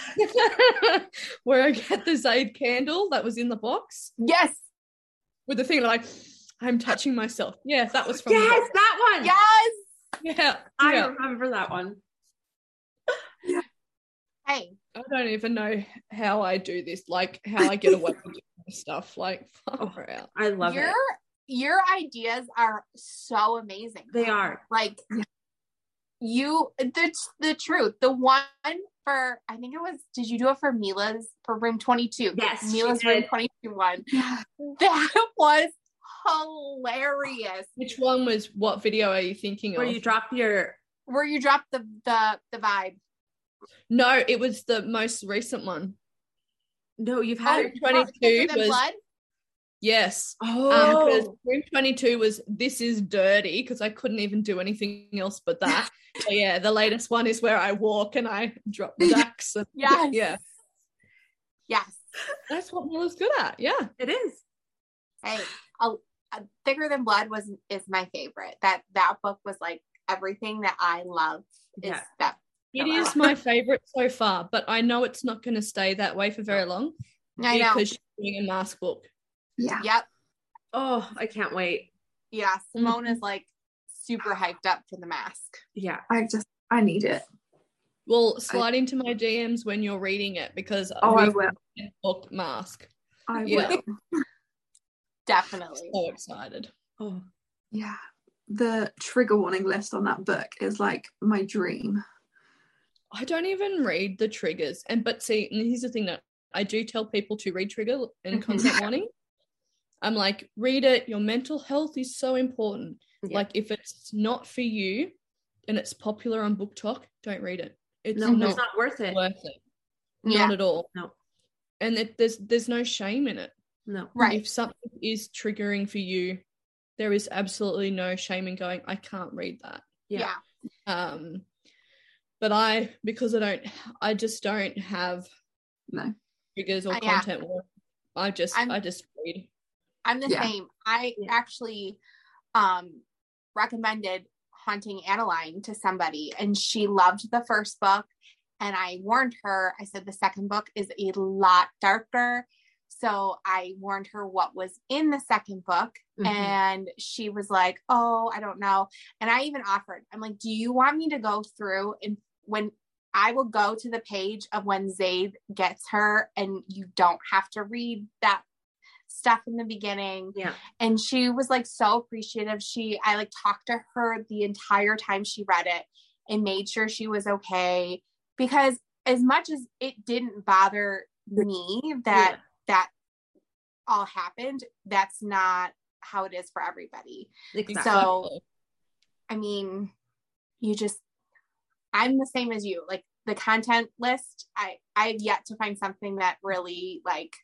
[SPEAKER 4] where I get the Zaid candle that was in the box
[SPEAKER 3] yes.
[SPEAKER 4] with the thing like I'm touching myself. Yeah, that was from the
[SPEAKER 1] Yes,
[SPEAKER 4] box.
[SPEAKER 1] that one.
[SPEAKER 3] Yes.
[SPEAKER 4] yeah.
[SPEAKER 1] I
[SPEAKER 4] yeah.
[SPEAKER 1] remember that one.
[SPEAKER 3] Hey.
[SPEAKER 4] I don't even know how I do this, like how I get away with doing this stuff. Like
[SPEAKER 1] Oh.
[SPEAKER 4] far out.
[SPEAKER 1] I love
[SPEAKER 3] your
[SPEAKER 1] it.
[SPEAKER 3] your ideas are so amazing.
[SPEAKER 1] They are.
[SPEAKER 3] like you the the truth. The one for I think it was did you do it for Mila's for room 22?
[SPEAKER 1] Yes, she
[SPEAKER 3] Mila's room
[SPEAKER 1] did.
[SPEAKER 3] 22 one. That was hilarious.
[SPEAKER 4] Which one was what video are you thinking
[SPEAKER 1] Where
[SPEAKER 4] of?
[SPEAKER 1] you drop your
[SPEAKER 3] Where you dropped the the the vibe.
[SPEAKER 4] no, it was the most recent one.
[SPEAKER 1] no, you've had
[SPEAKER 4] Oh.
[SPEAKER 1] it.
[SPEAKER 4] 22
[SPEAKER 3] Because of the
[SPEAKER 4] was-
[SPEAKER 3] blood?
[SPEAKER 4] Yes. Um,
[SPEAKER 1] Oh,
[SPEAKER 4] because room 22 was this is dirty because I couldn't even do anything else but that. so yeah, the latest one is where I walk and I drop the ducks. and-
[SPEAKER 3] Yes.
[SPEAKER 4] Yeah.
[SPEAKER 3] Yes.
[SPEAKER 4] That's what Mila's good at. Yeah.
[SPEAKER 1] it is.
[SPEAKER 3] Hey, a, a thicker than blood was is my favorite. That that book was like everything that I love is
[SPEAKER 1] Yeah.
[SPEAKER 3] that
[SPEAKER 4] It
[SPEAKER 3] Hello.
[SPEAKER 4] is my favorite so far, but I know it's not going to stay that way for very long
[SPEAKER 3] I know.
[SPEAKER 4] because she's doing a mask book.
[SPEAKER 2] yeah.
[SPEAKER 3] Yep.
[SPEAKER 1] Oh, I can't wait.
[SPEAKER 3] Yeah.
[SPEAKER 4] Mm-hmm.
[SPEAKER 3] Simone is like super hyped up for the mask.
[SPEAKER 1] Yeah.
[SPEAKER 2] I just, I need it.
[SPEAKER 4] Well, slide into my DMs when you're reading it because
[SPEAKER 2] Oh, I
[SPEAKER 4] we've
[SPEAKER 2] will.
[SPEAKER 4] book mask.
[SPEAKER 2] I
[SPEAKER 4] Yeah.
[SPEAKER 2] will.
[SPEAKER 3] Definitely.
[SPEAKER 4] So excited.
[SPEAKER 1] Oh,
[SPEAKER 2] Yeah. The trigger warning list on that book is like my dream.
[SPEAKER 4] I don't even read the triggers. And but see, and here's the thing that I do tell people to read trigger and
[SPEAKER 2] Mhm.
[SPEAKER 4] content warning. I'm like, read it. Your mental health is so important.
[SPEAKER 1] Yeah.
[SPEAKER 4] Like if it's not for you and it's popular on book talk, don't read it. It's
[SPEAKER 1] no,
[SPEAKER 4] not,
[SPEAKER 1] it's not worth it.
[SPEAKER 4] worth it.
[SPEAKER 3] Yeah.
[SPEAKER 4] Not at all.
[SPEAKER 1] No.
[SPEAKER 4] And it, there's there's no shame in it.
[SPEAKER 1] No.
[SPEAKER 3] Right.
[SPEAKER 4] If something is triggering for you, there is absolutely no shame in going, I can't read that
[SPEAKER 3] Yeah.
[SPEAKER 1] Yeah.
[SPEAKER 4] um but i because i don't i just don't have
[SPEAKER 2] No.
[SPEAKER 4] triggers or
[SPEAKER 3] Uh, yeah.
[SPEAKER 4] content warning. i just
[SPEAKER 3] I'm-
[SPEAKER 4] i just read
[SPEAKER 3] I'm the
[SPEAKER 2] Yeah.
[SPEAKER 3] same. I
[SPEAKER 1] Yeah.
[SPEAKER 3] actually um recommended Haunting Adeline to somebody and she loved the first book. And I warned her, I said the second book is a lot darker, So I warned her what was in the second book.
[SPEAKER 1] Mhm.
[SPEAKER 3] And she was like, Oh, I don't know. And I even offered, I'm like, Do you want me to go through and when I will go to the page of when Zaid gets her and you don't have to read that stuff in the beginning
[SPEAKER 1] Yeah.
[SPEAKER 3] and she was like so appreciative she i like talked to her the entire time she read it and made sure she was okay because as much as it didn't bother me that
[SPEAKER 1] Yeah.
[SPEAKER 3] that all happened that's not how it is for everybody
[SPEAKER 1] Mm-hmm. Exactly.
[SPEAKER 3] so i mean you just i'm the same as you like the content list i i've yet to find something that really like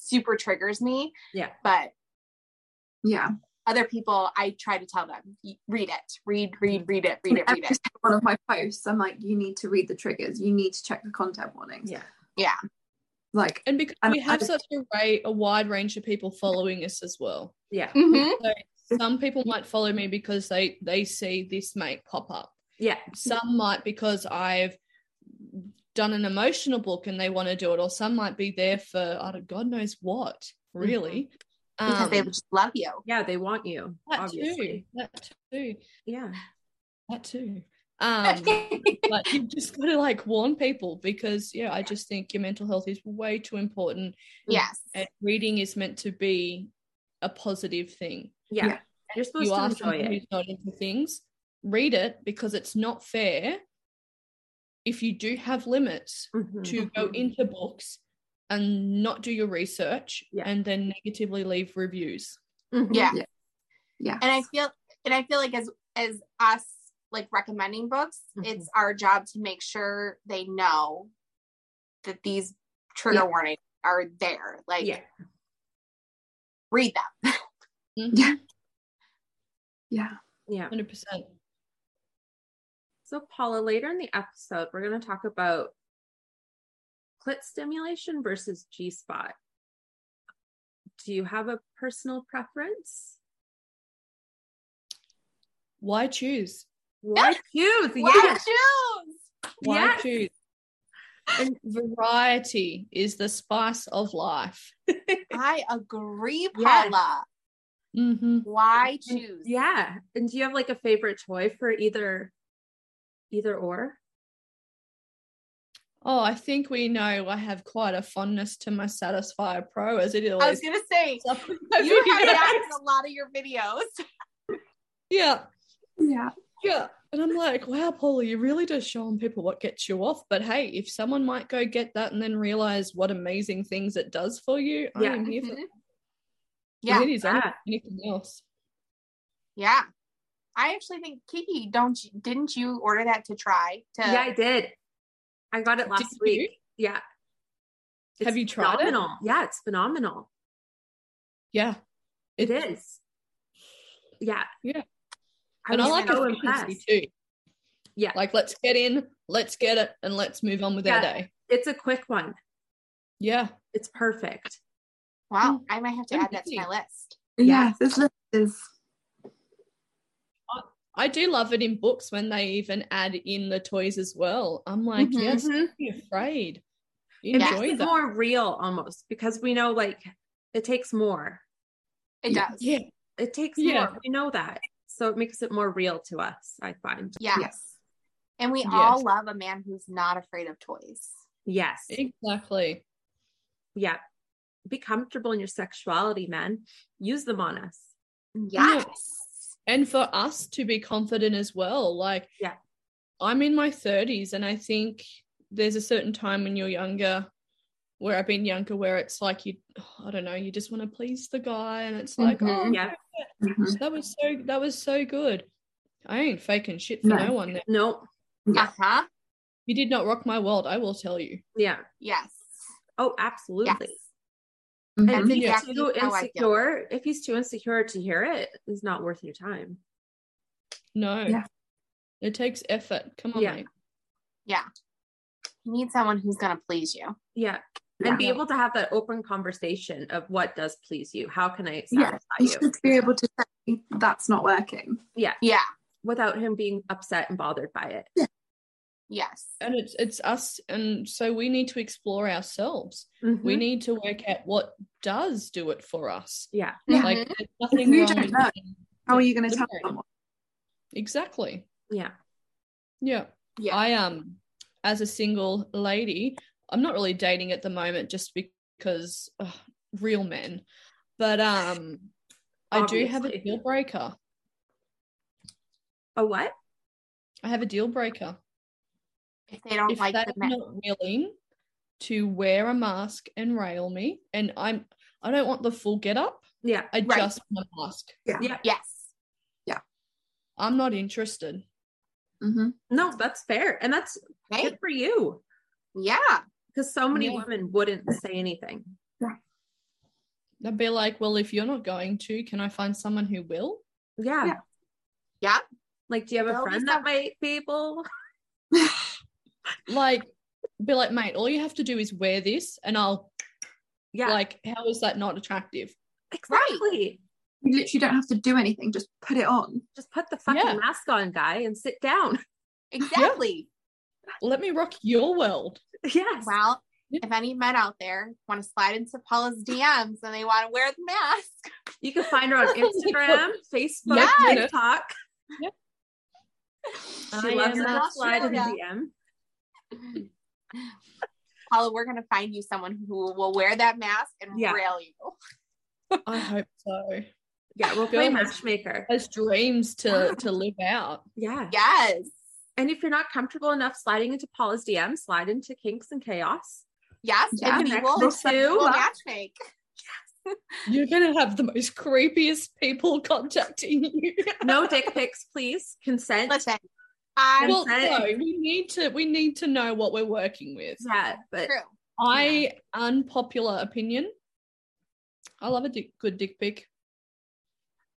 [SPEAKER 3] super triggers me
[SPEAKER 1] Yeah.
[SPEAKER 3] but
[SPEAKER 2] Yeah.
[SPEAKER 3] other people i try to tell them "Y- read it read read read it read it read
[SPEAKER 2] Every
[SPEAKER 3] it
[SPEAKER 2] single one of my posts, I'm like, you need to read the triggers. You need to check the content warnings.
[SPEAKER 1] yeah.
[SPEAKER 2] Like,
[SPEAKER 4] and because
[SPEAKER 2] And
[SPEAKER 4] we
[SPEAKER 2] I
[SPEAKER 4] have
[SPEAKER 2] just-
[SPEAKER 4] such a, ra- a wide range of people following us as well.
[SPEAKER 1] Yeah.
[SPEAKER 3] Mhm.
[SPEAKER 4] Some people
[SPEAKER 3] Mm-hmm.
[SPEAKER 4] might follow me because they they see this make pop up.
[SPEAKER 1] Yeah.
[SPEAKER 4] Some might because I've done an emotional book and they want to do it, or some might be there for I don't, God knows what. Really,
[SPEAKER 3] Mm-hmm.
[SPEAKER 4] Um,
[SPEAKER 3] because they would just love you
[SPEAKER 1] Yeah. They want you.
[SPEAKER 4] that
[SPEAKER 1] obviously.
[SPEAKER 4] too. That too.
[SPEAKER 1] Yeah.
[SPEAKER 4] That too. Um, but you just got to like warn people because yeah, I just think your mental health is way too important,
[SPEAKER 3] yes
[SPEAKER 4] and reading is meant to be a positive thing.
[SPEAKER 1] Yeah.
[SPEAKER 2] Yeah.
[SPEAKER 1] You're supposed
[SPEAKER 4] you
[SPEAKER 1] to
[SPEAKER 4] are
[SPEAKER 1] enjoy
[SPEAKER 4] someone
[SPEAKER 1] it.
[SPEAKER 4] who's not into things, read it because it's not fair if you do have limits
[SPEAKER 1] Mhm.
[SPEAKER 4] to go
[SPEAKER 2] Mhm.
[SPEAKER 4] into books and not do your research
[SPEAKER 1] Yeah.
[SPEAKER 4] and then negatively leave reviews.
[SPEAKER 1] Mhm.
[SPEAKER 3] yeah
[SPEAKER 2] yeah.
[SPEAKER 3] and i feel and i feel like as as us like recommending books
[SPEAKER 1] Mhm.
[SPEAKER 3] it's our job to make sure they know that these trigger
[SPEAKER 2] Yeah.
[SPEAKER 3] warnings are there like
[SPEAKER 1] Yeah.
[SPEAKER 3] read them
[SPEAKER 2] Yeah. yeah.
[SPEAKER 1] Yeah.
[SPEAKER 4] 100%.
[SPEAKER 1] So, Paula, later in the episode, we're going to talk about clit stimulation versus G spot. Do you have a personal preference?
[SPEAKER 4] Why choose?
[SPEAKER 1] Why choose?
[SPEAKER 3] Why
[SPEAKER 1] Yes.
[SPEAKER 3] choose
[SPEAKER 4] Why
[SPEAKER 1] Yes.
[SPEAKER 4] choose?
[SPEAKER 1] And-
[SPEAKER 4] Variety is the spice of life.
[SPEAKER 3] i agree
[SPEAKER 1] Yes.
[SPEAKER 3] paula
[SPEAKER 4] Mm-hmm.
[SPEAKER 3] why choose
[SPEAKER 1] Yeah. And do you have like a favorite toy for either either or?
[SPEAKER 4] Oh, I think we know I have quite a fondness to my Satisfier Pro as it
[SPEAKER 3] i was
[SPEAKER 4] always
[SPEAKER 3] gonna say
[SPEAKER 4] comes up in my
[SPEAKER 3] you have
[SPEAKER 4] videos.
[SPEAKER 3] that in a lot of your videos
[SPEAKER 4] Yeah,
[SPEAKER 2] Yeah.
[SPEAKER 4] yeah. And I'm like, wow, Paula, you really just showing people what gets you off. But hey, if someone might go get that and then realize what amazing things it does for you, I
[SPEAKER 1] Yeah. mm-hmm.
[SPEAKER 4] am here for
[SPEAKER 3] Mhm.
[SPEAKER 4] that.
[SPEAKER 3] yeah
[SPEAKER 4] It is
[SPEAKER 1] Yeah.
[SPEAKER 4] unlike anything else.
[SPEAKER 3] yeah i actually think kiki don't you, didn't you order that to try to
[SPEAKER 1] yeah, I did. I got it
[SPEAKER 4] Did
[SPEAKER 1] last
[SPEAKER 4] you?
[SPEAKER 1] week. Yeah.
[SPEAKER 4] Have you tried it?
[SPEAKER 1] phenomenal. it? Yeah, it's phenomenal.
[SPEAKER 4] Yeah,
[SPEAKER 1] It is. Yeah.
[SPEAKER 4] Yeah.
[SPEAKER 1] I
[SPEAKER 4] and I
[SPEAKER 1] was
[SPEAKER 4] like
[SPEAKER 1] so
[SPEAKER 4] efficiency
[SPEAKER 1] impressed.
[SPEAKER 4] too.
[SPEAKER 1] Yeah.
[SPEAKER 4] Like, let's get in, let's get it, and let's move on with our
[SPEAKER 1] Yeah.
[SPEAKER 4] day.
[SPEAKER 1] It's a quick one.
[SPEAKER 4] Yeah.
[SPEAKER 1] It's perfect.
[SPEAKER 3] wow
[SPEAKER 4] Mm.
[SPEAKER 3] i might have to
[SPEAKER 4] I'm
[SPEAKER 3] add that to my
[SPEAKER 4] busy.
[SPEAKER 3] list
[SPEAKER 1] Yeah.
[SPEAKER 2] Yeah. This list is,
[SPEAKER 4] I do love it in books when they even add in the toys as well. I'm like,
[SPEAKER 3] Mhm.
[SPEAKER 4] yes,
[SPEAKER 1] Mhm.
[SPEAKER 4] don't be afraid.
[SPEAKER 1] It
[SPEAKER 4] Enjoy
[SPEAKER 1] makes it
[SPEAKER 4] that.
[SPEAKER 1] more real almost because we know like it takes more.
[SPEAKER 3] it
[SPEAKER 2] Yeah.
[SPEAKER 3] does
[SPEAKER 4] yeah.
[SPEAKER 1] It takes
[SPEAKER 4] Yeah.
[SPEAKER 1] more. We know that. So it makes it more real to us, I find.
[SPEAKER 3] yeah
[SPEAKER 2] yes.
[SPEAKER 3] And we
[SPEAKER 4] Yes.
[SPEAKER 3] all love a man who's not afraid of toys.
[SPEAKER 1] Yes.
[SPEAKER 4] Exactly.
[SPEAKER 1] Yeah. Be comfortable in your sexuality, man. Use them on us.
[SPEAKER 3] Yes.
[SPEAKER 4] And for us to be confident as well. Like,
[SPEAKER 1] Yeah.
[SPEAKER 4] I'm in my 30s, and I think there's a certain time when you're younger, where I've been younger, where it's like you, oh, I don't know, you just want to please the guy, and it's like,
[SPEAKER 2] Mhm.
[SPEAKER 4] oh,
[SPEAKER 1] Yeah.
[SPEAKER 2] Mhm.
[SPEAKER 4] that was so, that was so good. I ain't faking shit for
[SPEAKER 2] No.
[SPEAKER 4] no, one. There.
[SPEAKER 1] No.
[SPEAKER 2] Yeah.
[SPEAKER 3] Uh-huh.
[SPEAKER 4] You did not rock my world. I will tell you.
[SPEAKER 1] Yeah.
[SPEAKER 3] Yes.
[SPEAKER 1] Oh, absolutely.
[SPEAKER 3] Yes.
[SPEAKER 1] And
[SPEAKER 2] Mhm.
[SPEAKER 1] if he's
[SPEAKER 3] exactly
[SPEAKER 1] too
[SPEAKER 3] how I feel.
[SPEAKER 1] insecure, if he's too insecure to hear it, it's not worth your time.
[SPEAKER 4] No.
[SPEAKER 2] Yeah.
[SPEAKER 4] It takes effort. Come on,
[SPEAKER 1] Yeah.
[SPEAKER 4] mate.
[SPEAKER 3] You need someone who's gonna please you.
[SPEAKER 1] Yeah.
[SPEAKER 2] Yeah.
[SPEAKER 1] And be able to have that open conversation of what does please you. How can I
[SPEAKER 2] Yeah.
[SPEAKER 1] satisfy
[SPEAKER 2] You
[SPEAKER 1] you
[SPEAKER 2] should be able to say that's not working.
[SPEAKER 3] Yeah.
[SPEAKER 1] without him being upset and bothered by it?
[SPEAKER 3] Yes.
[SPEAKER 4] and it's it's us and so we need to explore ourselves we
[SPEAKER 1] Mhm.
[SPEAKER 4] need to work out what does do it for us
[SPEAKER 1] yeah.
[SPEAKER 2] Yeah.
[SPEAKER 4] like
[SPEAKER 3] Mhm.
[SPEAKER 4] there's nothing
[SPEAKER 2] you
[SPEAKER 4] wrong
[SPEAKER 2] don't
[SPEAKER 4] with
[SPEAKER 2] know. How are you going to tell
[SPEAKER 4] Liberating.
[SPEAKER 2] someone?
[SPEAKER 4] exactly
[SPEAKER 1] Yeah.
[SPEAKER 4] yeah
[SPEAKER 3] yeah.
[SPEAKER 4] I um as a single lady, I'm not really dating at the moment just because ugh, real men. But um I do have a
[SPEAKER 1] Obviously.
[SPEAKER 4] deal breaker.
[SPEAKER 1] A what?
[SPEAKER 4] I have a deal breaker.
[SPEAKER 3] if they don't
[SPEAKER 4] If
[SPEAKER 3] like
[SPEAKER 4] they're
[SPEAKER 3] the men.
[SPEAKER 4] not willing to wear a mask and rail me, and I'm I don't want the full get up.
[SPEAKER 1] Yeah.
[SPEAKER 4] I
[SPEAKER 3] Right.
[SPEAKER 4] just want a mask.
[SPEAKER 1] Yeah.
[SPEAKER 3] Yes.
[SPEAKER 4] I'm not interested.
[SPEAKER 2] Mm-hmm.
[SPEAKER 1] No, that's fair. And that's
[SPEAKER 3] Right?
[SPEAKER 1] good for you
[SPEAKER 3] Yeah.
[SPEAKER 1] because so many
[SPEAKER 4] Yeah.
[SPEAKER 1] women wouldn't say anything.
[SPEAKER 4] I'd be like, well, if you're not going to, can I find someone who will?
[SPEAKER 1] Yeah.
[SPEAKER 2] Yeah.
[SPEAKER 3] Yeah.
[SPEAKER 1] Like, do you have
[SPEAKER 3] There's
[SPEAKER 1] a
[SPEAKER 3] always
[SPEAKER 1] friend that might be able?
[SPEAKER 4] Like, be like, mate, all you have to do is wear this, and I'll
[SPEAKER 1] Yeah.
[SPEAKER 4] Like, how is that not attractive?
[SPEAKER 1] exactly.
[SPEAKER 2] You literally don't have to do anything, just put it on.
[SPEAKER 1] Just put the fucking
[SPEAKER 4] Yeah.
[SPEAKER 1] mask on, guy, and sit down.
[SPEAKER 3] Exactly.
[SPEAKER 4] Let me rock your world.
[SPEAKER 1] yes.
[SPEAKER 3] Well,
[SPEAKER 4] Yeah.
[SPEAKER 3] if any men out there want to slide into Paula's DMs and they want to wear the mask,
[SPEAKER 1] You can find her on Instagram, Facebook,
[SPEAKER 3] Yes.
[SPEAKER 1] TikTok.
[SPEAKER 4] Yeah.
[SPEAKER 1] She
[SPEAKER 4] I
[SPEAKER 1] loves
[SPEAKER 4] am
[SPEAKER 1] a good slide in the
[SPEAKER 3] Australia.
[SPEAKER 1] DM.
[SPEAKER 3] Paula, we're going to find you someone who will wear that mask and
[SPEAKER 1] Yeah.
[SPEAKER 3] rail you.
[SPEAKER 4] I hope so.
[SPEAKER 1] Yeah, we'll play
[SPEAKER 4] Girl has-
[SPEAKER 1] matchmaker.
[SPEAKER 4] Has dreams to to live out.
[SPEAKER 1] Yeah.
[SPEAKER 3] Yes.
[SPEAKER 1] And if you're not comfortable enough sliding into Paula's DM, slide into Kinks and Chaos.
[SPEAKER 3] Yes.
[SPEAKER 2] Yeah.
[SPEAKER 3] And we
[SPEAKER 1] Connect
[SPEAKER 3] will,
[SPEAKER 1] the
[SPEAKER 3] we
[SPEAKER 1] two
[SPEAKER 3] will
[SPEAKER 1] up.
[SPEAKER 3] matchmake.
[SPEAKER 4] You're gonna have the most creepiest people contacting you.
[SPEAKER 1] No dick pics, please. Consent.
[SPEAKER 3] Listen, I
[SPEAKER 4] well, no,
[SPEAKER 1] Consent.
[SPEAKER 4] we need to we need to know what we're working with.
[SPEAKER 1] yeah, but
[SPEAKER 3] true.
[SPEAKER 4] I unpopular opinion. I love a dick, good dick pic.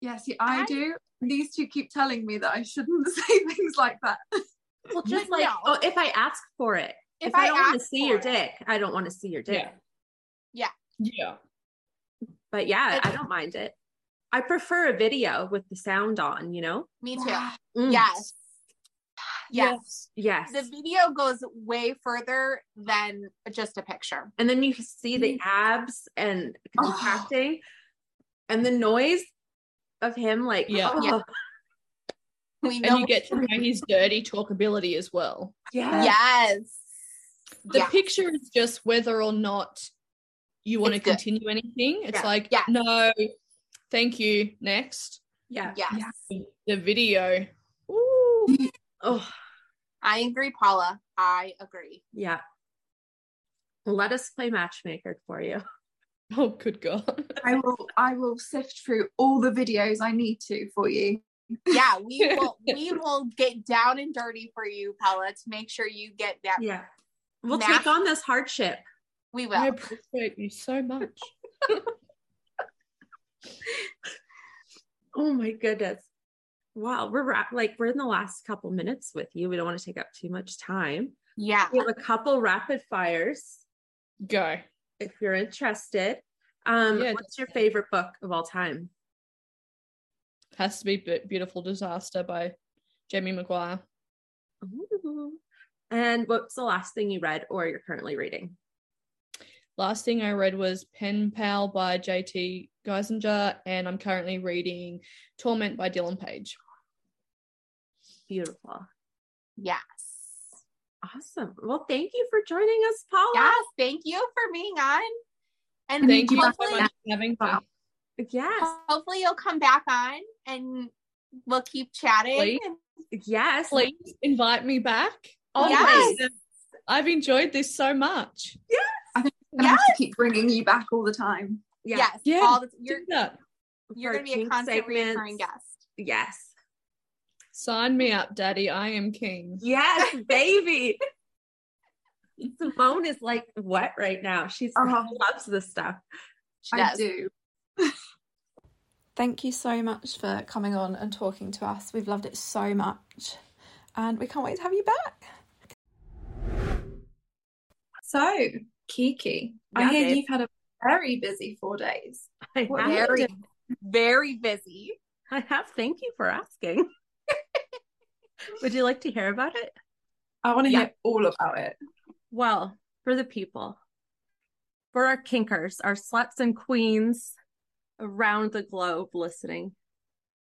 [SPEAKER 2] Yeah, see, I,
[SPEAKER 3] I-
[SPEAKER 2] do. These two keep telling me that I shouldn't say things like that.
[SPEAKER 1] well, just like
[SPEAKER 3] No.
[SPEAKER 1] oh, if I ask for it,
[SPEAKER 3] If,
[SPEAKER 1] if, I, don't want to
[SPEAKER 3] ask
[SPEAKER 1] see
[SPEAKER 3] for
[SPEAKER 1] your
[SPEAKER 3] it,
[SPEAKER 1] dick, I don't want to see your dick.
[SPEAKER 4] Yeah. Yeah.
[SPEAKER 1] But yeah,
[SPEAKER 3] But-
[SPEAKER 1] I don't mind it. I prefer a video with the sound on. You know.
[SPEAKER 3] Me too.
[SPEAKER 1] Mm,
[SPEAKER 3] Yes. Yes.
[SPEAKER 1] Yes.
[SPEAKER 3] The video goes way further than just a picture.
[SPEAKER 1] and then you see the abs and
[SPEAKER 2] Oh.
[SPEAKER 1] contracting, and the noise of him like
[SPEAKER 4] Yeah.
[SPEAKER 1] oh,
[SPEAKER 3] Yeah. We know
[SPEAKER 4] And you get to know his dirty talkability as well.
[SPEAKER 1] yeah.
[SPEAKER 3] Yes.
[SPEAKER 4] the
[SPEAKER 3] Yeah.
[SPEAKER 4] picture is just whether or not you want to
[SPEAKER 3] It's good.
[SPEAKER 4] continue anything. It's
[SPEAKER 1] Yeah.
[SPEAKER 4] like,
[SPEAKER 3] Yeah.
[SPEAKER 4] no, thank you. Next.
[SPEAKER 1] yeah.
[SPEAKER 3] Yes.
[SPEAKER 2] Yeah.
[SPEAKER 4] The video. Ooh.
[SPEAKER 1] Oh,
[SPEAKER 3] I agree, Paula. I agree.
[SPEAKER 1] yeah. Let us play matchmaker for you.
[SPEAKER 4] Oh, good God.
[SPEAKER 2] I will I will sift through all the videos I need to for you.
[SPEAKER 3] Yeah, we will we will get down and dirty for you, Paula, to make sure you get that.
[SPEAKER 1] Yeah. We'll
[SPEAKER 3] Match-
[SPEAKER 1] take on this hardship.
[SPEAKER 3] We
[SPEAKER 4] I
[SPEAKER 3] will.
[SPEAKER 4] appreciate you so much.
[SPEAKER 1] Oh my goodness. Wow, we're wrap- like we're in the last couple minutes with you. We don't want to take up too much time.
[SPEAKER 3] Yeah.
[SPEAKER 1] We have a couple rapid fires
[SPEAKER 4] Go.
[SPEAKER 1] if you're interested. Um,
[SPEAKER 4] Yeah,
[SPEAKER 1] what's your
[SPEAKER 4] definitely.
[SPEAKER 1] favorite book of all time?
[SPEAKER 4] Has to be Be- Beautiful Disaster by Jamie Maguire.
[SPEAKER 1] Ooh. And what's the last thing you read or you're currently reading?
[SPEAKER 4] Last thing I read was Pen Pal by JT Geisinger, and I'm currently reading Torment by Dylan Page.
[SPEAKER 1] Beautiful.
[SPEAKER 3] Yes.
[SPEAKER 1] Awesome. Well, thank you for joining us, Paula.
[SPEAKER 3] Yes. Thank you for being on. And
[SPEAKER 4] Thank you so
[SPEAKER 3] hopefully,
[SPEAKER 4] much for having me.
[SPEAKER 2] Wow.
[SPEAKER 1] Yes.
[SPEAKER 3] hopefully you'll come back on and we'll keep chatting.
[SPEAKER 4] Please.
[SPEAKER 3] And
[SPEAKER 1] Yes.
[SPEAKER 4] Please invite me back.
[SPEAKER 1] Always.
[SPEAKER 3] Yes.
[SPEAKER 4] I've enjoyed this so much.
[SPEAKER 2] And I have to keep bringing you back all the time.
[SPEAKER 1] Yeah.
[SPEAKER 3] Yes.
[SPEAKER 4] Yeah.
[SPEAKER 3] All the,
[SPEAKER 4] Do
[SPEAKER 3] you're
[SPEAKER 4] that.
[SPEAKER 3] you're
[SPEAKER 1] For
[SPEAKER 3] gonna be a
[SPEAKER 1] kink
[SPEAKER 3] constant reoccurring
[SPEAKER 1] segments.
[SPEAKER 3] guest.
[SPEAKER 1] Yes.
[SPEAKER 4] Sign me up, Daddy. I am king.
[SPEAKER 1] Yes, baby. Simone is like what right now? She's
[SPEAKER 2] Oh.
[SPEAKER 1] loves this stuff.
[SPEAKER 3] She
[SPEAKER 2] I
[SPEAKER 3] does.
[SPEAKER 2] do. Thank you so much for coming on and talking to us. We've loved it so much. And we can't wait to have you back. So, Kiki, I
[SPEAKER 1] Yeah,
[SPEAKER 2] hear
[SPEAKER 1] babe.
[SPEAKER 2] you've had a very busy four days.
[SPEAKER 1] I
[SPEAKER 2] What
[SPEAKER 1] have,
[SPEAKER 3] Very,
[SPEAKER 1] to-
[SPEAKER 3] very busy.
[SPEAKER 1] I have. Thank you for asking. Would you like to hear about it?
[SPEAKER 2] I want to
[SPEAKER 1] Yeah.
[SPEAKER 2] hear all about it.
[SPEAKER 1] Well, for the people, for our kinkers, our sluts and queens around the globe listening,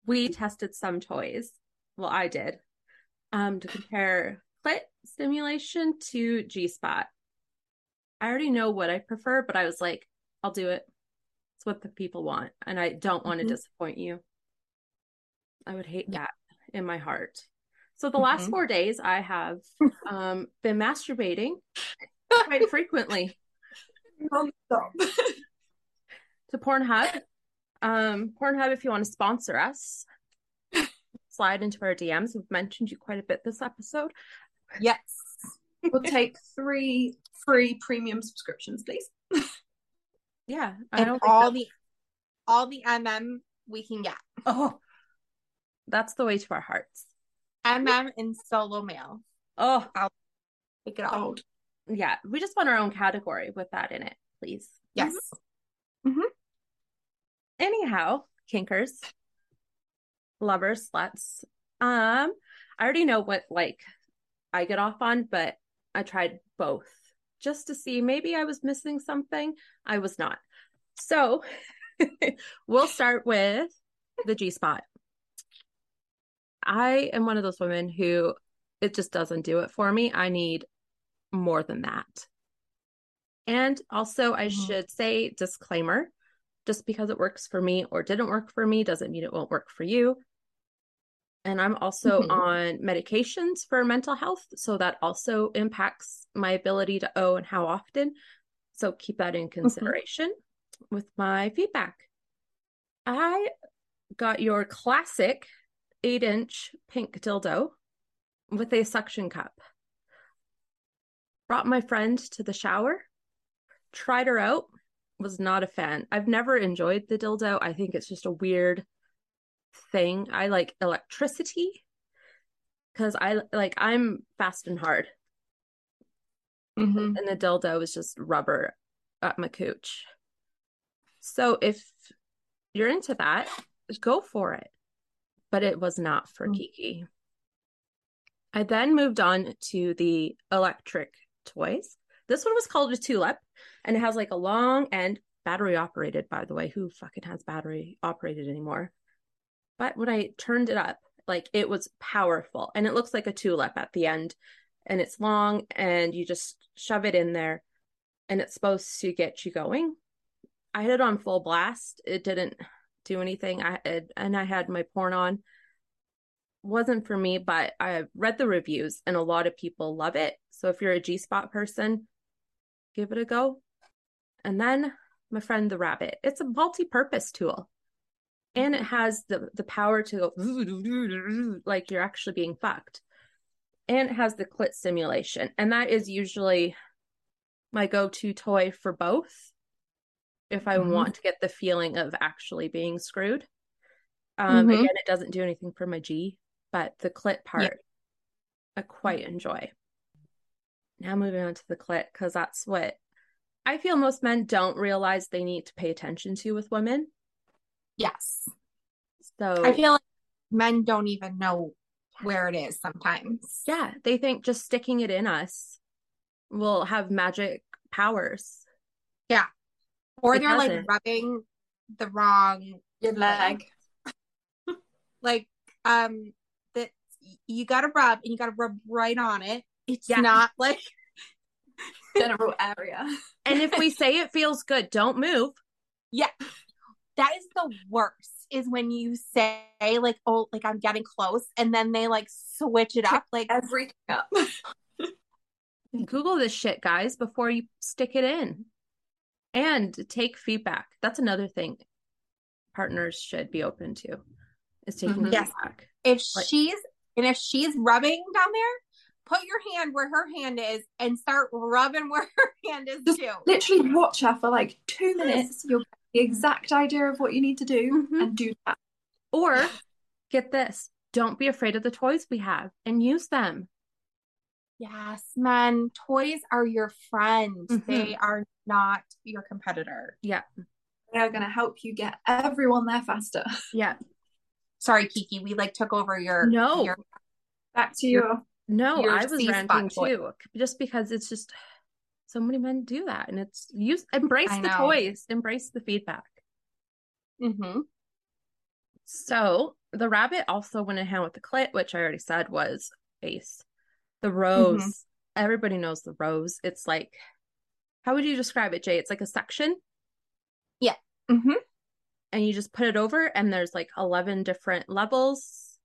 [SPEAKER 1] we tested some toys. Well, I did, um, to compare clit stimulation to G spot. I already know what I prefer, but I was like, I'll do it. It's what the people want, and I don't want to
[SPEAKER 2] Mhm.
[SPEAKER 1] disappoint you. I would hate
[SPEAKER 3] Yeah.
[SPEAKER 1] that in my heart. So the last
[SPEAKER 3] Mhm.
[SPEAKER 1] four days, I have um, been masturbating quite frequently
[SPEAKER 2] Non-stop.
[SPEAKER 1] to Pornhub. Um, Pornhub, if you want to sponsor us, slide into our DMs. We've mentioned you quite a bit this episode.
[SPEAKER 3] Yes.
[SPEAKER 2] we'll take three free premium subscriptions, please.
[SPEAKER 1] Yeah, I
[SPEAKER 3] And
[SPEAKER 1] don't. Think
[SPEAKER 3] all
[SPEAKER 1] that-
[SPEAKER 3] the all the MM we can get.
[SPEAKER 1] oh, that's the way to our hearts.
[SPEAKER 3] MM in solo mail.
[SPEAKER 1] Oh,
[SPEAKER 3] Take it all.
[SPEAKER 2] Old.
[SPEAKER 1] yeah. We just want our own category with that in it, please.
[SPEAKER 3] Yes.
[SPEAKER 1] Anyhow, kinkers, lovers, sluts. Um, I already know what like I get off on, but I tried both just to see maybe I was missing something. I was not. So we'll start with the G spot. I am one of those women who it just doesn't do it for me. I need more than that. And also, I
[SPEAKER 3] Mhm.
[SPEAKER 1] should say disclaimer just because it works for me or didn't work for me doesn't mean it won't work for you. And I'm also
[SPEAKER 3] Mhm.
[SPEAKER 1] on medications for mental health. So that also impacts my ability to owe and how often. So keep that in consideration with my feedback. I got your classic eight inch pink dildo with a suction cup. Brought my friend to the shower, tried her out, was not a fan. I've never enjoyed the dildo. I think it's just a weird thing. I like electricity because I like I'm fast and hard,
[SPEAKER 3] Mhm.
[SPEAKER 1] and the dildo is just rubber up my cooch. So if you're into that, go for it. But it was not for
[SPEAKER 3] Mm.
[SPEAKER 1] Kiki. I then moved on to the electric toys. This one was called a tulip and it has like a long end, battery operated, by the way. Who fucking has battery operated anymore? But when I turned it up, like it was powerful and it looks like a tulip at the end and it's long and you just shove it in there and it's supposed to get you going. I had it on full blast. It didn't do anything. I had, and I had my porn on. Wasn't for me, but I read the reviews and a lot of people love it. So if you're a G spot person, give it a go. And then my friend the rabbit. It's a multi-purpose tool. And it has the the power to go like you're actually being fucked. And it has the clit simulation. And that is usually my go-to toy for both if I
[SPEAKER 3] Mhm.
[SPEAKER 1] want to get the feeling of actually being screwed. Um
[SPEAKER 3] Mhm.
[SPEAKER 1] again it doesn't do anything for my G, but the clit part I quite enjoy. Now moving on to the clit, because that's what I feel most men don't realize they need to pay attention to with women.
[SPEAKER 3] Yes.
[SPEAKER 1] So
[SPEAKER 3] I feel like men don't even know where it is sometimes.
[SPEAKER 1] yeah, they think just sticking it in us will have magic powers.
[SPEAKER 3] Or
[SPEAKER 1] It
[SPEAKER 3] they're like
[SPEAKER 1] doesn't.
[SPEAKER 3] rubbing the wrong
[SPEAKER 2] Your leg.
[SPEAKER 3] like um that you gotta rub and you gotta rub right on it. It's
[SPEAKER 1] Yeah.
[SPEAKER 3] not like
[SPEAKER 2] General area.
[SPEAKER 1] And if we say it feels good, don't move.
[SPEAKER 3] that is the worst is when you say like oh like I'm getting close and then they like switch it up like
[SPEAKER 2] Everything up.
[SPEAKER 1] Google this shit, guys, before you stick it in. And take feedback. That's another thing partners should be open to is taking
[SPEAKER 2] Mhm.
[SPEAKER 3] Yes.
[SPEAKER 1] feedback.
[SPEAKER 3] if
[SPEAKER 1] Like-
[SPEAKER 3] she's and if she's rubbing down there, put your hand where her hand is and start rubbing where her hand is
[SPEAKER 2] Just
[SPEAKER 3] too.
[SPEAKER 2] Literally watch her for like two minutes. You'll get the exact idea of what you need to do
[SPEAKER 1] Mhm.
[SPEAKER 2] and do that.
[SPEAKER 1] Or get this don't be afraid of the toys we have and use them.
[SPEAKER 3] Yes, man. Toys are your friend.
[SPEAKER 1] Mhm.
[SPEAKER 3] They are not your competitor.
[SPEAKER 2] They are going to help you get everyone there faster.
[SPEAKER 1] Yeah.
[SPEAKER 3] Sorry, Kiki, we like took over your
[SPEAKER 1] No.
[SPEAKER 3] your-
[SPEAKER 2] Back to your
[SPEAKER 1] No,
[SPEAKER 3] Your
[SPEAKER 1] I was
[SPEAKER 3] C-spot
[SPEAKER 1] ranting
[SPEAKER 3] toy.
[SPEAKER 1] too, just because it's just so many men do that, and it's use embrace
[SPEAKER 3] I
[SPEAKER 1] the
[SPEAKER 3] know.
[SPEAKER 1] toys, embrace the feedback.
[SPEAKER 3] Mm-hmm.
[SPEAKER 1] So the rabbit also went in hand with the clit, which I already said was ace.
[SPEAKER 3] Mm-hmm.
[SPEAKER 1] The rose, everybody knows the rose. It's like, how would you describe it, Jay? It's like a section,
[SPEAKER 3] Mm-hmm.
[SPEAKER 1] and you just put it over, and there's like eleven different levels,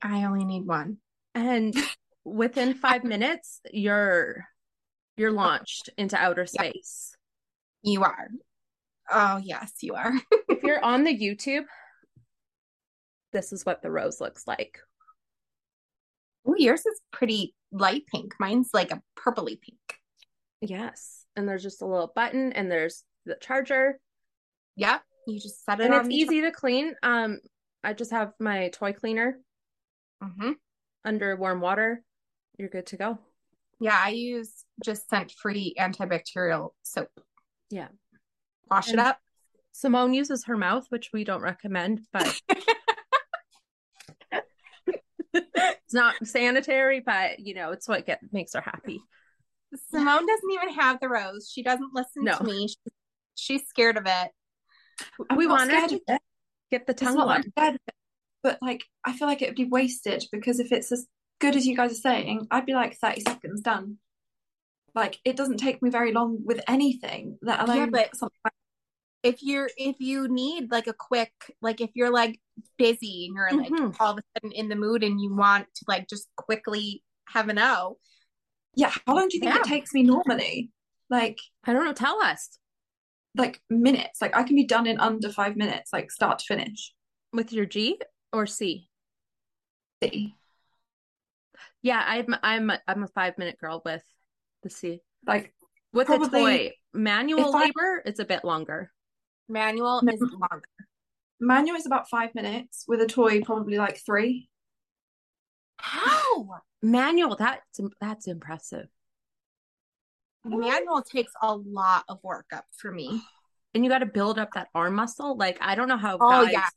[SPEAKER 3] I only need one.
[SPEAKER 1] and within five minutes, you're you're launched into outer
[SPEAKER 3] Yeah.
[SPEAKER 1] space.
[SPEAKER 3] You are. Oh yes, you are.
[SPEAKER 1] if you're on the YouTube, this is what the rose looks like.
[SPEAKER 3] Ooh, yours is pretty light pink. Mine's like a purpley pink.
[SPEAKER 1] Yes. And there's just a little button and there's the charger.
[SPEAKER 3] Yep. You just set it
[SPEAKER 1] And
[SPEAKER 3] on
[SPEAKER 1] it's easy to clean. Um I just have my toy cleaner
[SPEAKER 3] hmm
[SPEAKER 1] under warm water. You're good to go.
[SPEAKER 3] Yeah, I use just scent free antibacterial soap.
[SPEAKER 1] Yeah.
[SPEAKER 3] Wash
[SPEAKER 1] And-
[SPEAKER 3] it up.
[SPEAKER 1] Simone uses her mouth, which we don't recommend, but it's not sanitary, but you know, it's what get, makes her happy.
[SPEAKER 3] Simone doesn't even have the rose. She doesn't listen
[SPEAKER 1] No.
[SPEAKER 3] to me. She- she's scared of it.
[SPEAKER 1] we
[SPEAKER 2] not
[SPEAKER 1] wanted
[SPEAKER 2] scared
[SPEAKER 1] to
[SPEAKER 2] of it.
[SPEAKER 1] get the
[SPEAKER 2] It's
[SPEAKER 1] tongue
[SPEAKER 2] not that
[SPEAKER 1] one.
[SPEAKER 2] I'm scared of it, but like I feel like it would be wasted because if it's as good as you guys are saying, I'd be like 30 seconds done. Like it doesn't take me very long with anything, let alone
[SPEAKER 3] but-
[SPEAKER 2] something
[SPEAKER 3] If you're if you need like a quick like if you're like busy and you're like
[SPEAKER 1] Mhm.
[SPEAKER 3] all of a sudden in the mood and you want to like just quickly have an O.
[SPEAKER 2] Yeah, how long do you think
[SPEAKER 1] Yeah.
[SPEAKER 2] it takes me normally? Like
[SPEAKER 1] I don't know. Tell us
[SPEAKER 2] like minutes. Like I can be done in under five minutes, like start to finish.
[SPEAKER 1] with your G or C.
[SPEAKER 2] See.
[SPEAKER 1] Yeah, I'm I'm a, I'm a five minute girl with the C
[SPEAKER 2] Like
[SPEAKER 1] with a
[SPEAKER 2] Probably-
[SPEAKER 1] toy manual
[SPEAKER 2] if I-
[SPEAKER 1] labor. It's a bit longer.
[SPEAKER 3] Manual
[SPEAKER 2] No.
[SPEAKER 3] is longer.
[SPEAKER 2] manual is about five minutes, with a toy probably like three.
[SPEAKER 3] How?
[SPEAKER 1] Manual that's that's impressive.
[SPEAKER 3] Manual takes a lot of work up for me.
[SPEAKER 1] And you got to build up that arm muscle. Like I don't know how
[SPEAKER 3] Oh,
[SPEAKER 1] guys.
[SPEAKER 3] yeah.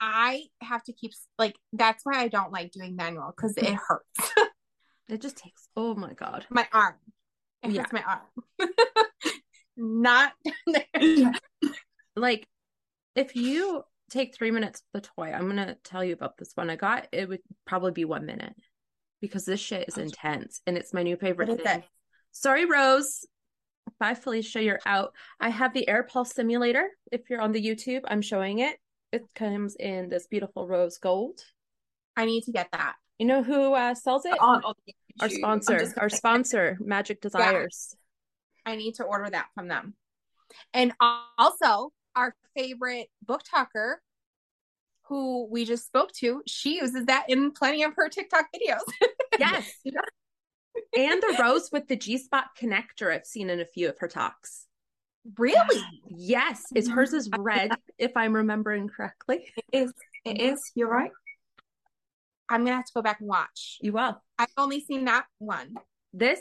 [SPEAKER 3] I have to keep like that's why I don't like doing manual because it hurts
[SPEAKER 1] It just takes. Oh my god.
[SPEAKER 3] my arm. It
[SPEAKER 1] Yeah.
[SPEAKER 3] hurts my arm. Not down there.
[SPEAKER 1] Like if you take three minutes with the toy, I'm gonna tell you about this one I got. It would probably be one minute because this shit is intense and it's my new favorite
[SPEAKER 3] What is
[SPEAKER 1] thing.
[SPEAKER 3] it?
[SPEAKER 1] Sorry, Rose. Bye, Felicia. You're out. I have the air pulse simulator. If you're on the YouTube, I'm showing it. It comes in this beautiful rose gold.
[SPEAKER 3] I need to get that.
[SPEAKER 1] You know who uh, sells it?
[SPEAKER 2] that aren't on
[SPEAKER 1] Our
[SPEAKER 2] YouTube. I'm
[SPEAKER 1] sponsor.
[SPEAKER 2] just
[SPEAKER 1] Our
[SPEAKER 2] gonna-
[SPEAKER 1] sponsor, Magic Desires.
[SPEAKER 3] I need to order that from them. And al- also, our favorite book talker, who we just spoke to, she uses that in plenty of her TikTok videos.
[SPEAKER 1] Yes. and the rose with the G spot connector. I've seen in a few of her talks.
[SPEAKER 3] really?
[SPEAKER 1] Yes, it's hers is red, if I'm remembering correctly.
[SPEAKER 2] Mm-hmm. It is. It is. You're right.
[SPEAKER 3] I'm gonna have to go back and watch.
[SPEAKER 1] You will.
[SPEAKER 3] I've only seen that one.
[SPEAKER 1] this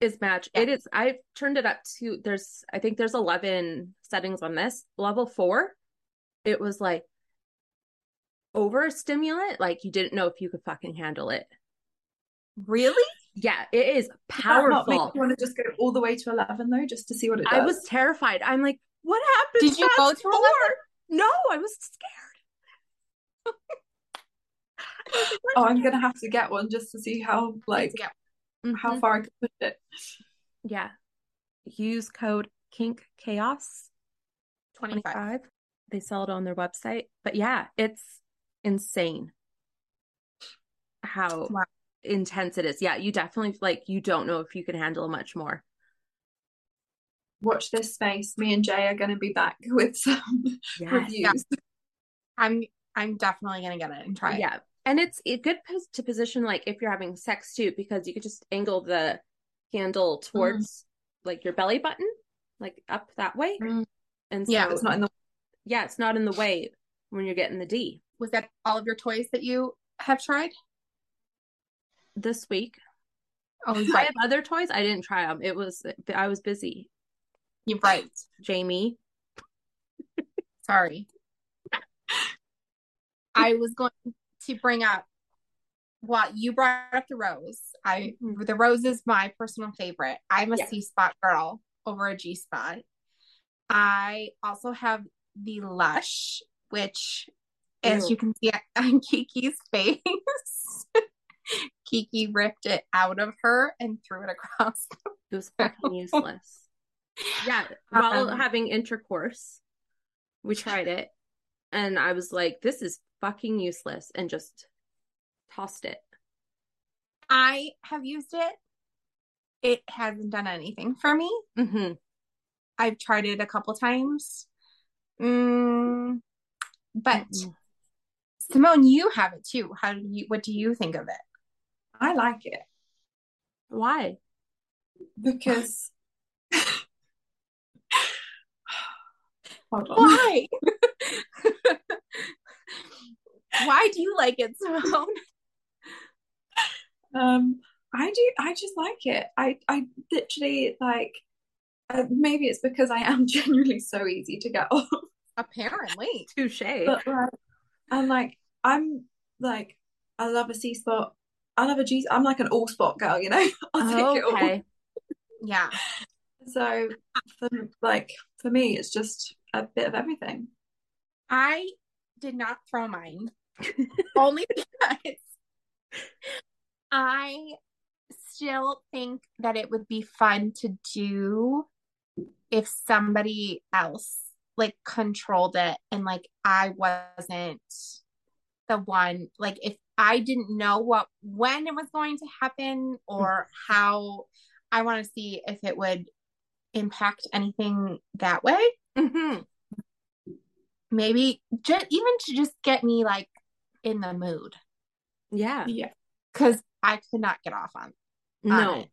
[SPEAKER 1] is match
[SPEAKER 3] Yeah.
[SPEAKER 1] it is i've turned it up to there's i think there's 11 settings on this level four it was like over stimulant like you didn't know if you could fucking handle it
[SPEAKER 3] Really?
[SPEAKER 1] yeah it is
[SPEAKER 2] Does that not make
[SPEAKER 1] powerful
[SPEAKER 2] you want to just go all the way to 11 though, just to see what it does?
[SPEAKER 1] i was terrified i'm like what happened
[SPEAKER 3] Did you go to 11?
[SPEAKER 1] no i was scared
[SPEAKER 2] Oh, I'm gonna have to get one just to see how like
[SPEAKER 3] Yeah.
[SPEAKER 2] how
[SPEAKER 1] Mhm.
[SPEAKER 2] far I can push it.
[SPEAKER 1] yeah use code kink chaos
[SPEAKER 3] 25.
[SPEAKER 1] 25 they sell it on their website but yeah it's insane how
[SPEAKER 3] Wow.
[SPEAKER 1] intense it is yeah you definitely like you don't know if you can handle much more
[SPEAKER 2] Watch this space. Me and Jay are gonna be back with some
[SPEAKER 1] yes.
[SPEAKER 2] reviews.
[SPEAKER 3] I'm I'm definitely gonna get it and try it.
[SPEAKER 1] yeah and it's a good pos- to position like if you're having sex too because you could just angle the handle towards like your belly button like up that way
[SPEAKER 2] Mm.
[SPEAKER 1] and
[SPEAKER 3] Yeah,
[SPEAKER 1] so,
[SPEAKER 2] It's not in the
[SPEAKER 1] yeah it's not in the way when you're getting the d
[SPEAKER 3] Was that all of your toys that you have tried?
[SPEAKER 1] this week
[SPEAKER 3] Oh, you're
[SPEAKER 1] i
[SPEAKER 3] right.
[SPEAKER 1] have other toys i didn't try them it was i was busy
[SPEAKER 3] You're right.
[SPEAKER 1] jamie
[SPEAKER 3] Sorry. I was going to bring up well, you brought up the rose. I the rose is my personal favorite. I'm a
[SPEAKER 1] Mm-hmm. Yeah.
[SPEAKER 3] spot girl over a G spot. I also have the lush, which as
[SPEAKER 1] Ew.
[SPEAKER 3] you can see on Kiki's face, Kiki ripped it out of her and threw it across.
[SPEAKER 1] It was fucking useless. Yeah, while
[SPEAKER 3] Um,
[SPEAKER 1] having intercourse, we tried it, and I was like, "This is fucking useless," and just tossed it.
[SPEAKER 3] I have used it. It hasn't done anything for me.
[SPEAKER 1] hmm
[SPEAKER 3] I've tried it a couple times. Mm, but Simone, you have it too. How do you what do you think of it?
[SPEAKER 2] I like it
[SPEAKER 1] Why?
[SPEAKER 2] because. Hold on.
[SPEAKER 3] Why? Why do you like it, Simone?
[SPEAKER 2] Um, I do. I just like it. I I literally like. Uh, maybe it's because I am generally so easy to get off,
[SPEAKER 3] Apparently.
[SPEAKER 1] Touche.
[SPEAKER 2] but like, and like I'm like I love a C spot. I love a G. I'm like an all spot girl, you know. I'll take it all.
[SPEAKER 1] okay.
[SPEAKER 3] Yeah.
[SPEAKER 2] So, for, like for me, it's just a bit of everything.
[SPEAKER 3] I did not throw mine. Only because I still think that it would be fun to do if somebody else like controlled it and like I wasn't the one like if I didn't know what when it was going to happen or how I want to see if it would impact anything that way
[SPEAKER 1] Mhm.
[SPEAKER 3] maybe just even to just get me like in the mood
[SPEAKER 1] Yeah.
[SPEAKER 2] Yeah.
[SPEAKER 3] because I could not get off on, on
[SPEAKER 1] No,
[SPEAKER 3] it.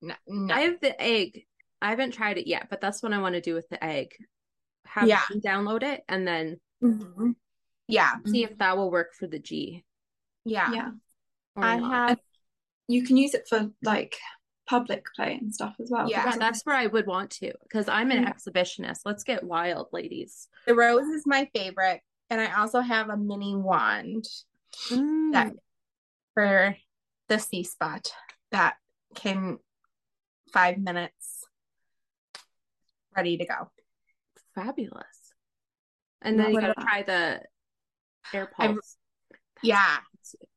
[SPEAKER 3] No, no.
[SPEAKER 1] I have the egg. I haven't tried it yet, but that's what I want to do with the egg. Have
[SPEAKER 3] Yeah.
[SPEAKER 1] them download it and then
[SPEAKER 3] Mhm. Yeah,
[SPEAKER 1] see if that will work for the G.
[SPEAKER 3] yeah,
[SPEAKER 2] Yeah.
[SPEAKER 1] Or
[SPEAKER 3] I
[SPEAKER 1] not.
[SPEAKER 3] have.
[SPEAKER 2] You can use it for like public play and stuff as well.
[SPEAKER 3] Yeah.
[SPEAKER 1] Yeah, that's where I would want to because I'm an
[SPEAKER 2] Yeah.
[SPEAKER 1] exhibitionist. Let's get wild, ladies.
[SPEAKER 3] The rose is my favorite, and I also have a mini wand
[SPEAKER 1] Hmm. Mm,
[SPEAKER 3] that for the C spot that came five minutes ready to go.
[SPEAKER 1] Fabulous. And
[SPEAKER 2] Not
[SPEAKER 1] then you
[SPEAKER 2] what I
[SPEAKER 1] gotta try the AirPods.
[SPEAKER 3] Yeah,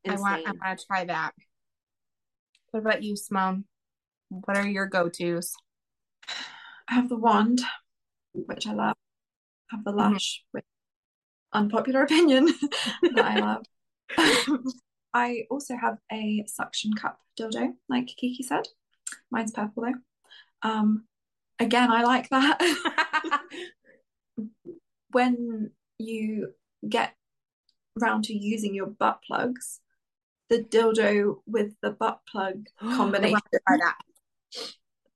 [SPEAKER 3] I want. I
[SPEAKER 1] Insane.
[SPEAKER 3] want to try that. What about you, Simone? What are your go tos?
[SPEAKER 2] I have the wand, which I love. I have the lash, which unpopular opinion that I love. I also have a suction cup dildo, like Kiki said. Mine's purple though. Um, again, I like that. when you get round to using your butt plugs, the dildo with the butt plug combination.
[SPEAKER 3] Try that.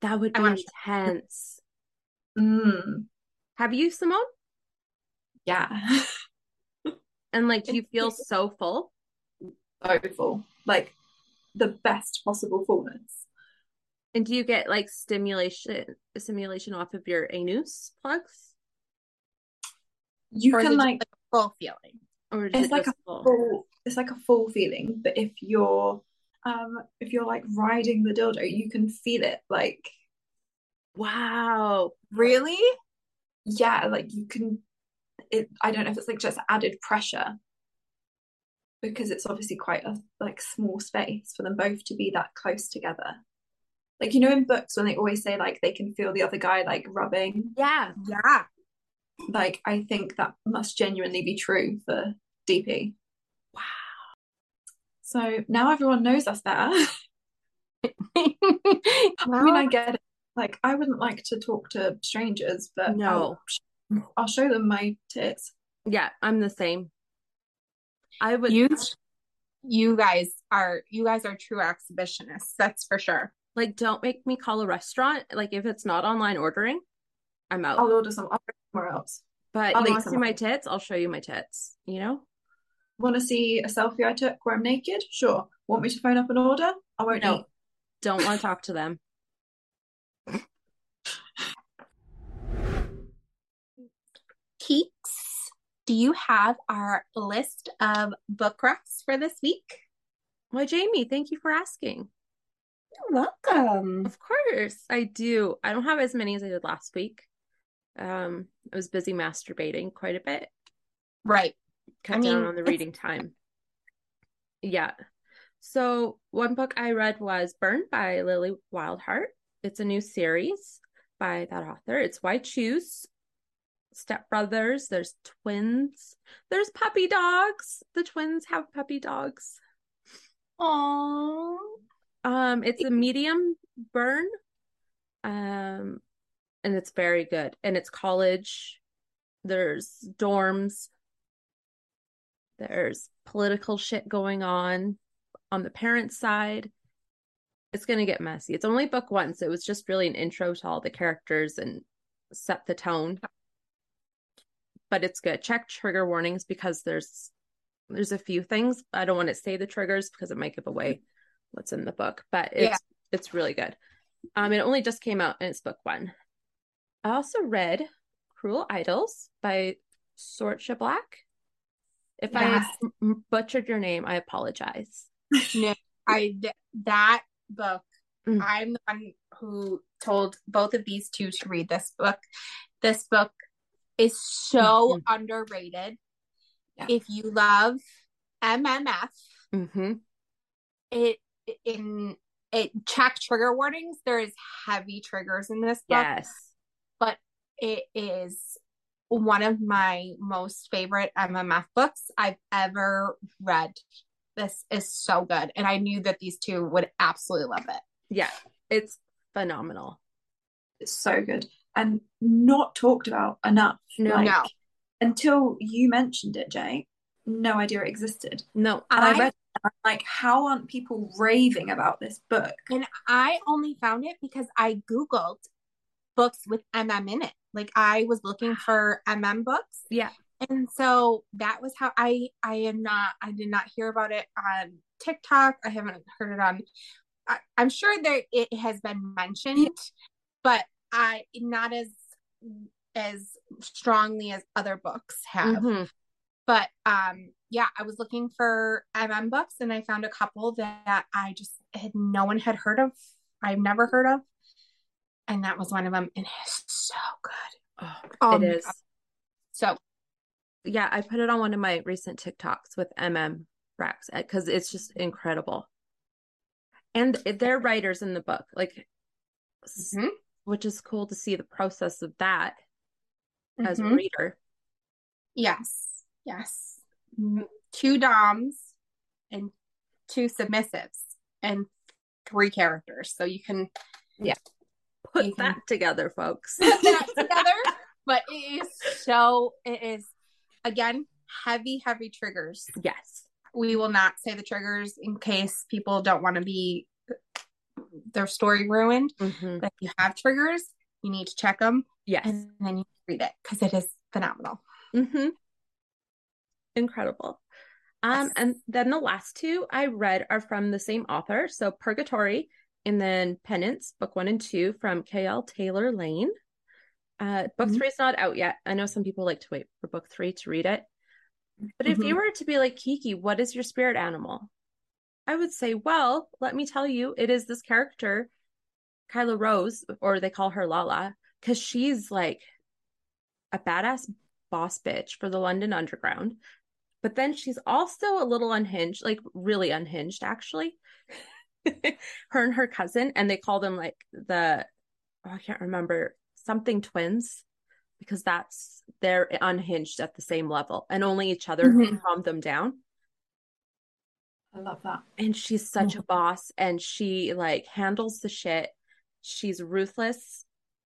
[SPEAKER 1] That would
[SPEAKER 3] I
[SPEAKER 1] be
[SPEAKER 3] want-
[SPEAKER 1] intense.
[SPEAKER 2] Mm,
[SPEAKER 1] Have you, Simone?
[SPEAKER 2] yeah.
[SPEAKER 1] And like, do you feel so full?
[SPEAKER 2] so full, like the best possible fullness.
[SPEAKER 1] And do you get like stimulation stimulation off of your anus plugs?
[SPEAKER 2] You
[SPEAKER 3] Or is
[SPEAKER 2] can
[SPEAKER 3] it just,
[SPEAKER 2] like
[SPEAKER 3] full feeling.
[SPEAKER 1] Or is
[SPEAKER 2] It's
[SPEAKER 1] it
[SPEAKER 2] like
[SPEAKER 1] just full?
[SPEAKER 2] full, it's like a full feeling, but if you're um if you're like riding the dildo, you can feel it like
[SPEAKER 1] Wow.
[SPEAKER 3] Really?
[SPEAKER 2] yeah, like you can it I don't know if it's like just added pressure because it's obviously quite a like small space for them both to be that close together. Like you know in books when they always say like they can feel the other guy like rubbing,
[SPEAKER 1] Yeah.
[SPEAKER 3] Yeah.
[SPEAKER 2] like I think that must genuinely be true for DP.
[SPEAKER 1] Wow.
[SPEAKER 2] So now everyone knows us better. I mean, I get it. Like, I wouldn't like to talk to strangers, but
[SPEAKER 1] No.
[SPEAKER 2] I'll, I'll show them my tits.
[SPEAKER 1] Yeah, I'm the same. I would
[SPEAKER 3] you, you guys are you guys are true exhibitionists. That's for sure.
[SPEAKER 1] like don't make me call a restaurant. Like if it's not online ordering, I'm out.
[SPEAKER 2] I'll order some I'll order somewhere else.
[SPEAKER 1] but
[SPEAKER 2] I'll
[SPEAKER 1] you
[SPEAKER 2] eat
[SPEAKER 1] want to see
[SPEAKER 2] some.
[SPEAKER 1] my tits? I'll show you my tits. You know?
[SPEAKER 2] Want to see a selfie I took where I'm naked? Sure. Want me to phone up an order? I won't
[SPEAKER 1] No.
[SPEAKER 2] eat.
[SPEAKER 1] Don't want to talk to them.
[SPEAKER 3] Keeks, do you have our list of book recs for this week?
[SPEAKER 1] Why, Jamie, thank you for asking.
[SPEAKER 3] You're welcome.
[SPEAKER 1] Of course, I do. I don't have as many as I did last week. Um, I was busy masturbating quite a bit.
[SPEAKER 3] Right.
[SPEAKER 1] Cut
[SPEAKER 3] I
[SPEAKER 1] down
[SPEAKER 3] mean,
[SPEAKER 1] on the
[SPEAKER 3] it's-
[SPEAKER 1] reading time. Yeah. So one book I read was Burned by Lily Wildheart. It's a new series by that author. It's Why Choose. Stepbrothers, there's twins, there's puppy dogs. The twins have puppy dogs.
[SPEAKER 3] Aww.
[SPEAKER 1] Um, it's a medium burn. Um, and it's very good. And it's college. There's dorms. There's political shit going on on the parent side. It's going to get messy. It's only book one, so it was just really an intro to all the characters and set the tone. But it's good. Check trigger warnings because there's there's a few things. I don't want to say the triggers because it might give away what's in the book, but it's it's really good. Um, it only just came out and it's book one. I also read Cruel Idols by Sorcha Black. If
[SPEAKER 3] Yes.
[SPEAKER 1] I m- butchered your name, I apologize.
[SPEAKER 3] I that book.
[SPEAKER 1] Mm.
[SPEAKER 3] I'm the one who told both of these two to read this book. This book is so underrated.
[SPEAKER 2] Yeah.
[SPEAKER 3] If you love MMF,
[SPEAKER 1] Mm-hmm.
[SPEAKER 3] it in it check trigger warnings. There is heavy triggers in this book.
[SPEAKER 1] Yes.
[SPEAKER 3] It is one of my most favorite MMF books I've ever read. This is so good. And I knew that these two would absolutely love it.
[SPEAKER 1] Yeah. It's phenomenal.
[SPEAKER 2] It's so good and not talked about enough.
[SPEAKER 1] No.
[SPEAKER 2] Like,
[SPEAKER 3] No.
[SPEAKER 2] Until you mentioned it, Jay, no idea it existed.
[SPEAKER 1] No.
[SPEAKER 2] And I,
[SPEAKER 3] I-
[SPEAKER 2] read it and I'm like, how aren't people raving about this book?
[SPEAKER 3] And I only found it because I Googled books with MM in it. Like I was looking for MM books.
[SPEAKER 1] Yeah.
[SPEAKER 3] And so that was how I I am not I did not hear about it on TikTok. I haven't heard it on I, I'm sure that it has been mentioned, but I not as as strongly as other books have
[SPEAKER 1] Mhm.
[SPEAKER 3] but um yeah i was looking for mm books and i found a couple that i just had no one had heard of i've never heard of and that was one of them and it's so good
[SPEAKER 1] Oh,
[SPEAKER 3] Oh
[SPEAKER 1] it
[SPEAKER 3] my
[SPEAKER 1] is.
[SPEAKER 3] God. so
[SPEAKER 1] Yeah, I put it on one of my recent TikToks with MM Rex because it's just incredible. And they're writers in the book, like, s-
[SPEAKER 3] Mhm.
[SPEAKER 1] which is cool to see the process of that as a
[SPEAKER 3] mhm.
[SPEAKER 1] reader.
[SPEAKER 3] yes yes M- two doms and two submissives and three characters so you can
[SPEAKER 1] Put
[SPEAKER 3] Mhm.
[SPEAKER 1] that together, folks.
[SPEAKER 3] put that together but it is so it is again heavy heavy triggers
[SPEAKER 1] yes.
[SPEAKER 3] we will not say the triggers in case people don't want to be their story ruined.
[SPEAKER 1] Mhm.
[SPEAKER 3] But if you have triggers, you need to check them
[SPEAKER 1] Yes.
[SPEAKER 3] and then you read it because it is phenomenal.
[SPEAKER 1] Mm-hmm. Incredible. Um,
[SPEAKER 3] Yes.
[SPEAKER 1] and then the last two I read are from the same author. So Purgatory and then Penance, book one and two from K.L. Taylor Lane. Uh, book
[SPEAKER 3] Mhm.
[SPEAKER 1] three is not out yet. I know some people like to wait for book three to read it. But if you
[SPEAKER 3] Mhm.
[SPEAKER 1] were to be like, Kiki, what is your spirit animal? I would say, well, let me tell you, it is this character, Kyla Rose, or they call her Lala, because she's like a badass boss bitch for the London Underground. But then she's also a little unhinged, like really unhinged, actually. her and her cousin, and they call them like the, oh, I can't remember, something twins, because that's they're unhinged at the same level, and only each other can
[SPEAKER 3] Mhm.
[SPEAKER 1] calm them down
[SPEAKER 2] I love that.
[SPEAKER 1] and she's such a boss and she like handles the shit she's ruthless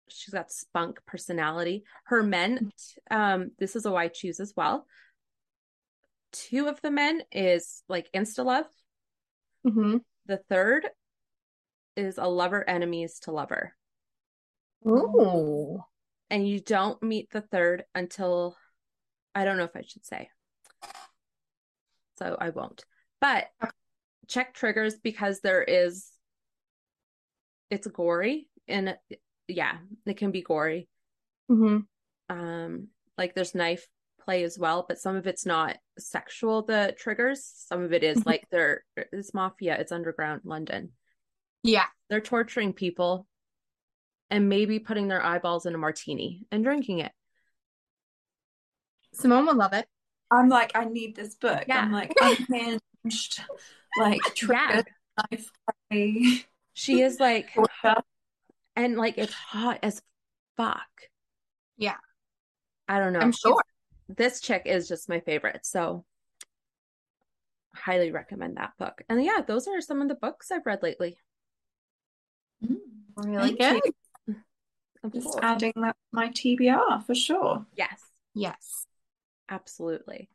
[SPEAKER 1] she's got spunk personality her men um this is a why choose as well two of the men is like insta love
[SPEAKER 3] Mhm.
[SPEAKER 1] the third is a lover enemies to lover
[SPEAKER 3] Ooh.
[SPEAKER 1] and you don't meet the third until i don't know if i should say so i won't but check triggers because there is it's gory and yeah it can be gory
[SPEAKER 3] Mhm.
[SPEAKER 1] um like there's knife play as well, but some of it's not sexual, the triggers. Some of it is like they're, it's mafia, it's underground London.
[SPEAKER 3] Yeah.
[SPEAKER 1] They're torturing people and maybe putting their eyeballs in a martini and drinking it.
[SPEAKER 3] Simone will love it.
[SPEAKER 2] I'm like, I need this book.
[SPEAKER 1] Yeah.
[SPEAKER 2] I'm like unhinged, like triggered life. I-
[SPEAKER 1] She is like, and like it's hot as fuck.
[SPEAKER 3] Yeah.
[SPEAKER 1] I don't know.
[SPEAKER 3] I'm sure.
[SPEAKER 1] This chick is just my favorite. So highly recommend that book. And yeah, those are some of the books I've read lately.
[SPEAKER 3] Really
[SPEAKER 2] Thank
[SPEAKER 3] good.
[SPEAKER 1] Of
[SPEAKER 2] Just
[SPEAKER 1] course.
[SPEAKER 2] adding that to my TBR for sure.
[SPEAKER 1] Yes,
[SPEAKER 3] Yes.
[SPEAKER 1] absolutely.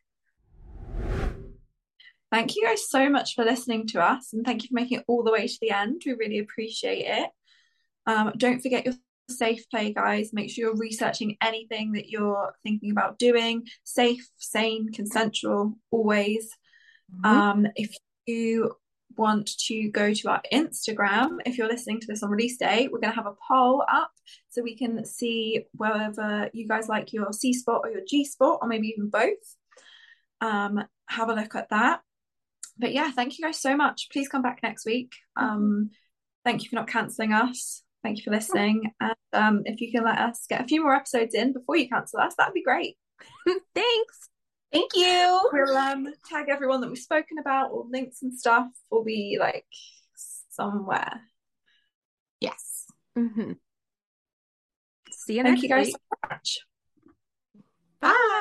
[SPEAKER 2] Thank you guys so much for listening to us and thank you for making it all the way to the end. We really appreciate it. Um, don't forget your safe play, guys. Make sure you're researching anything that you're thinking about doing. Safe, sane, consensual, always.
[SPEAKER 3] Mm-hmm.
[SPEAKER 2] Um, if you want to go to our Instagram, if you're listening to this on release day, we're going to have a poll up so we can see whether you guys like your C spot or your G spot, or maybe even both. Um, have a look at that. But yeah, thank you guys so much. Please come back next week. Um, thank you for not cancelling us. Thank you for listening. And um, if you can let us get a few more episodes in before you cancel us, that'd be great.
[SPEAKER 1] Thanks.
[SPEAKER 3] Thank you.
[SPEAKER 2] We'll um, tag everyone that we've spoken about, or links and stuff will be like somewhere.
[SPEAKER 3] Yes.
[SPEAKER 1] hmm See you
[SPEAKER 2] Thank
[SPEAKER 1] next
[SPEAKER 2] you guys
[SPEAKER 1] week.
[SPEAKER 2] so much.
[SPEAKER 3] Bye.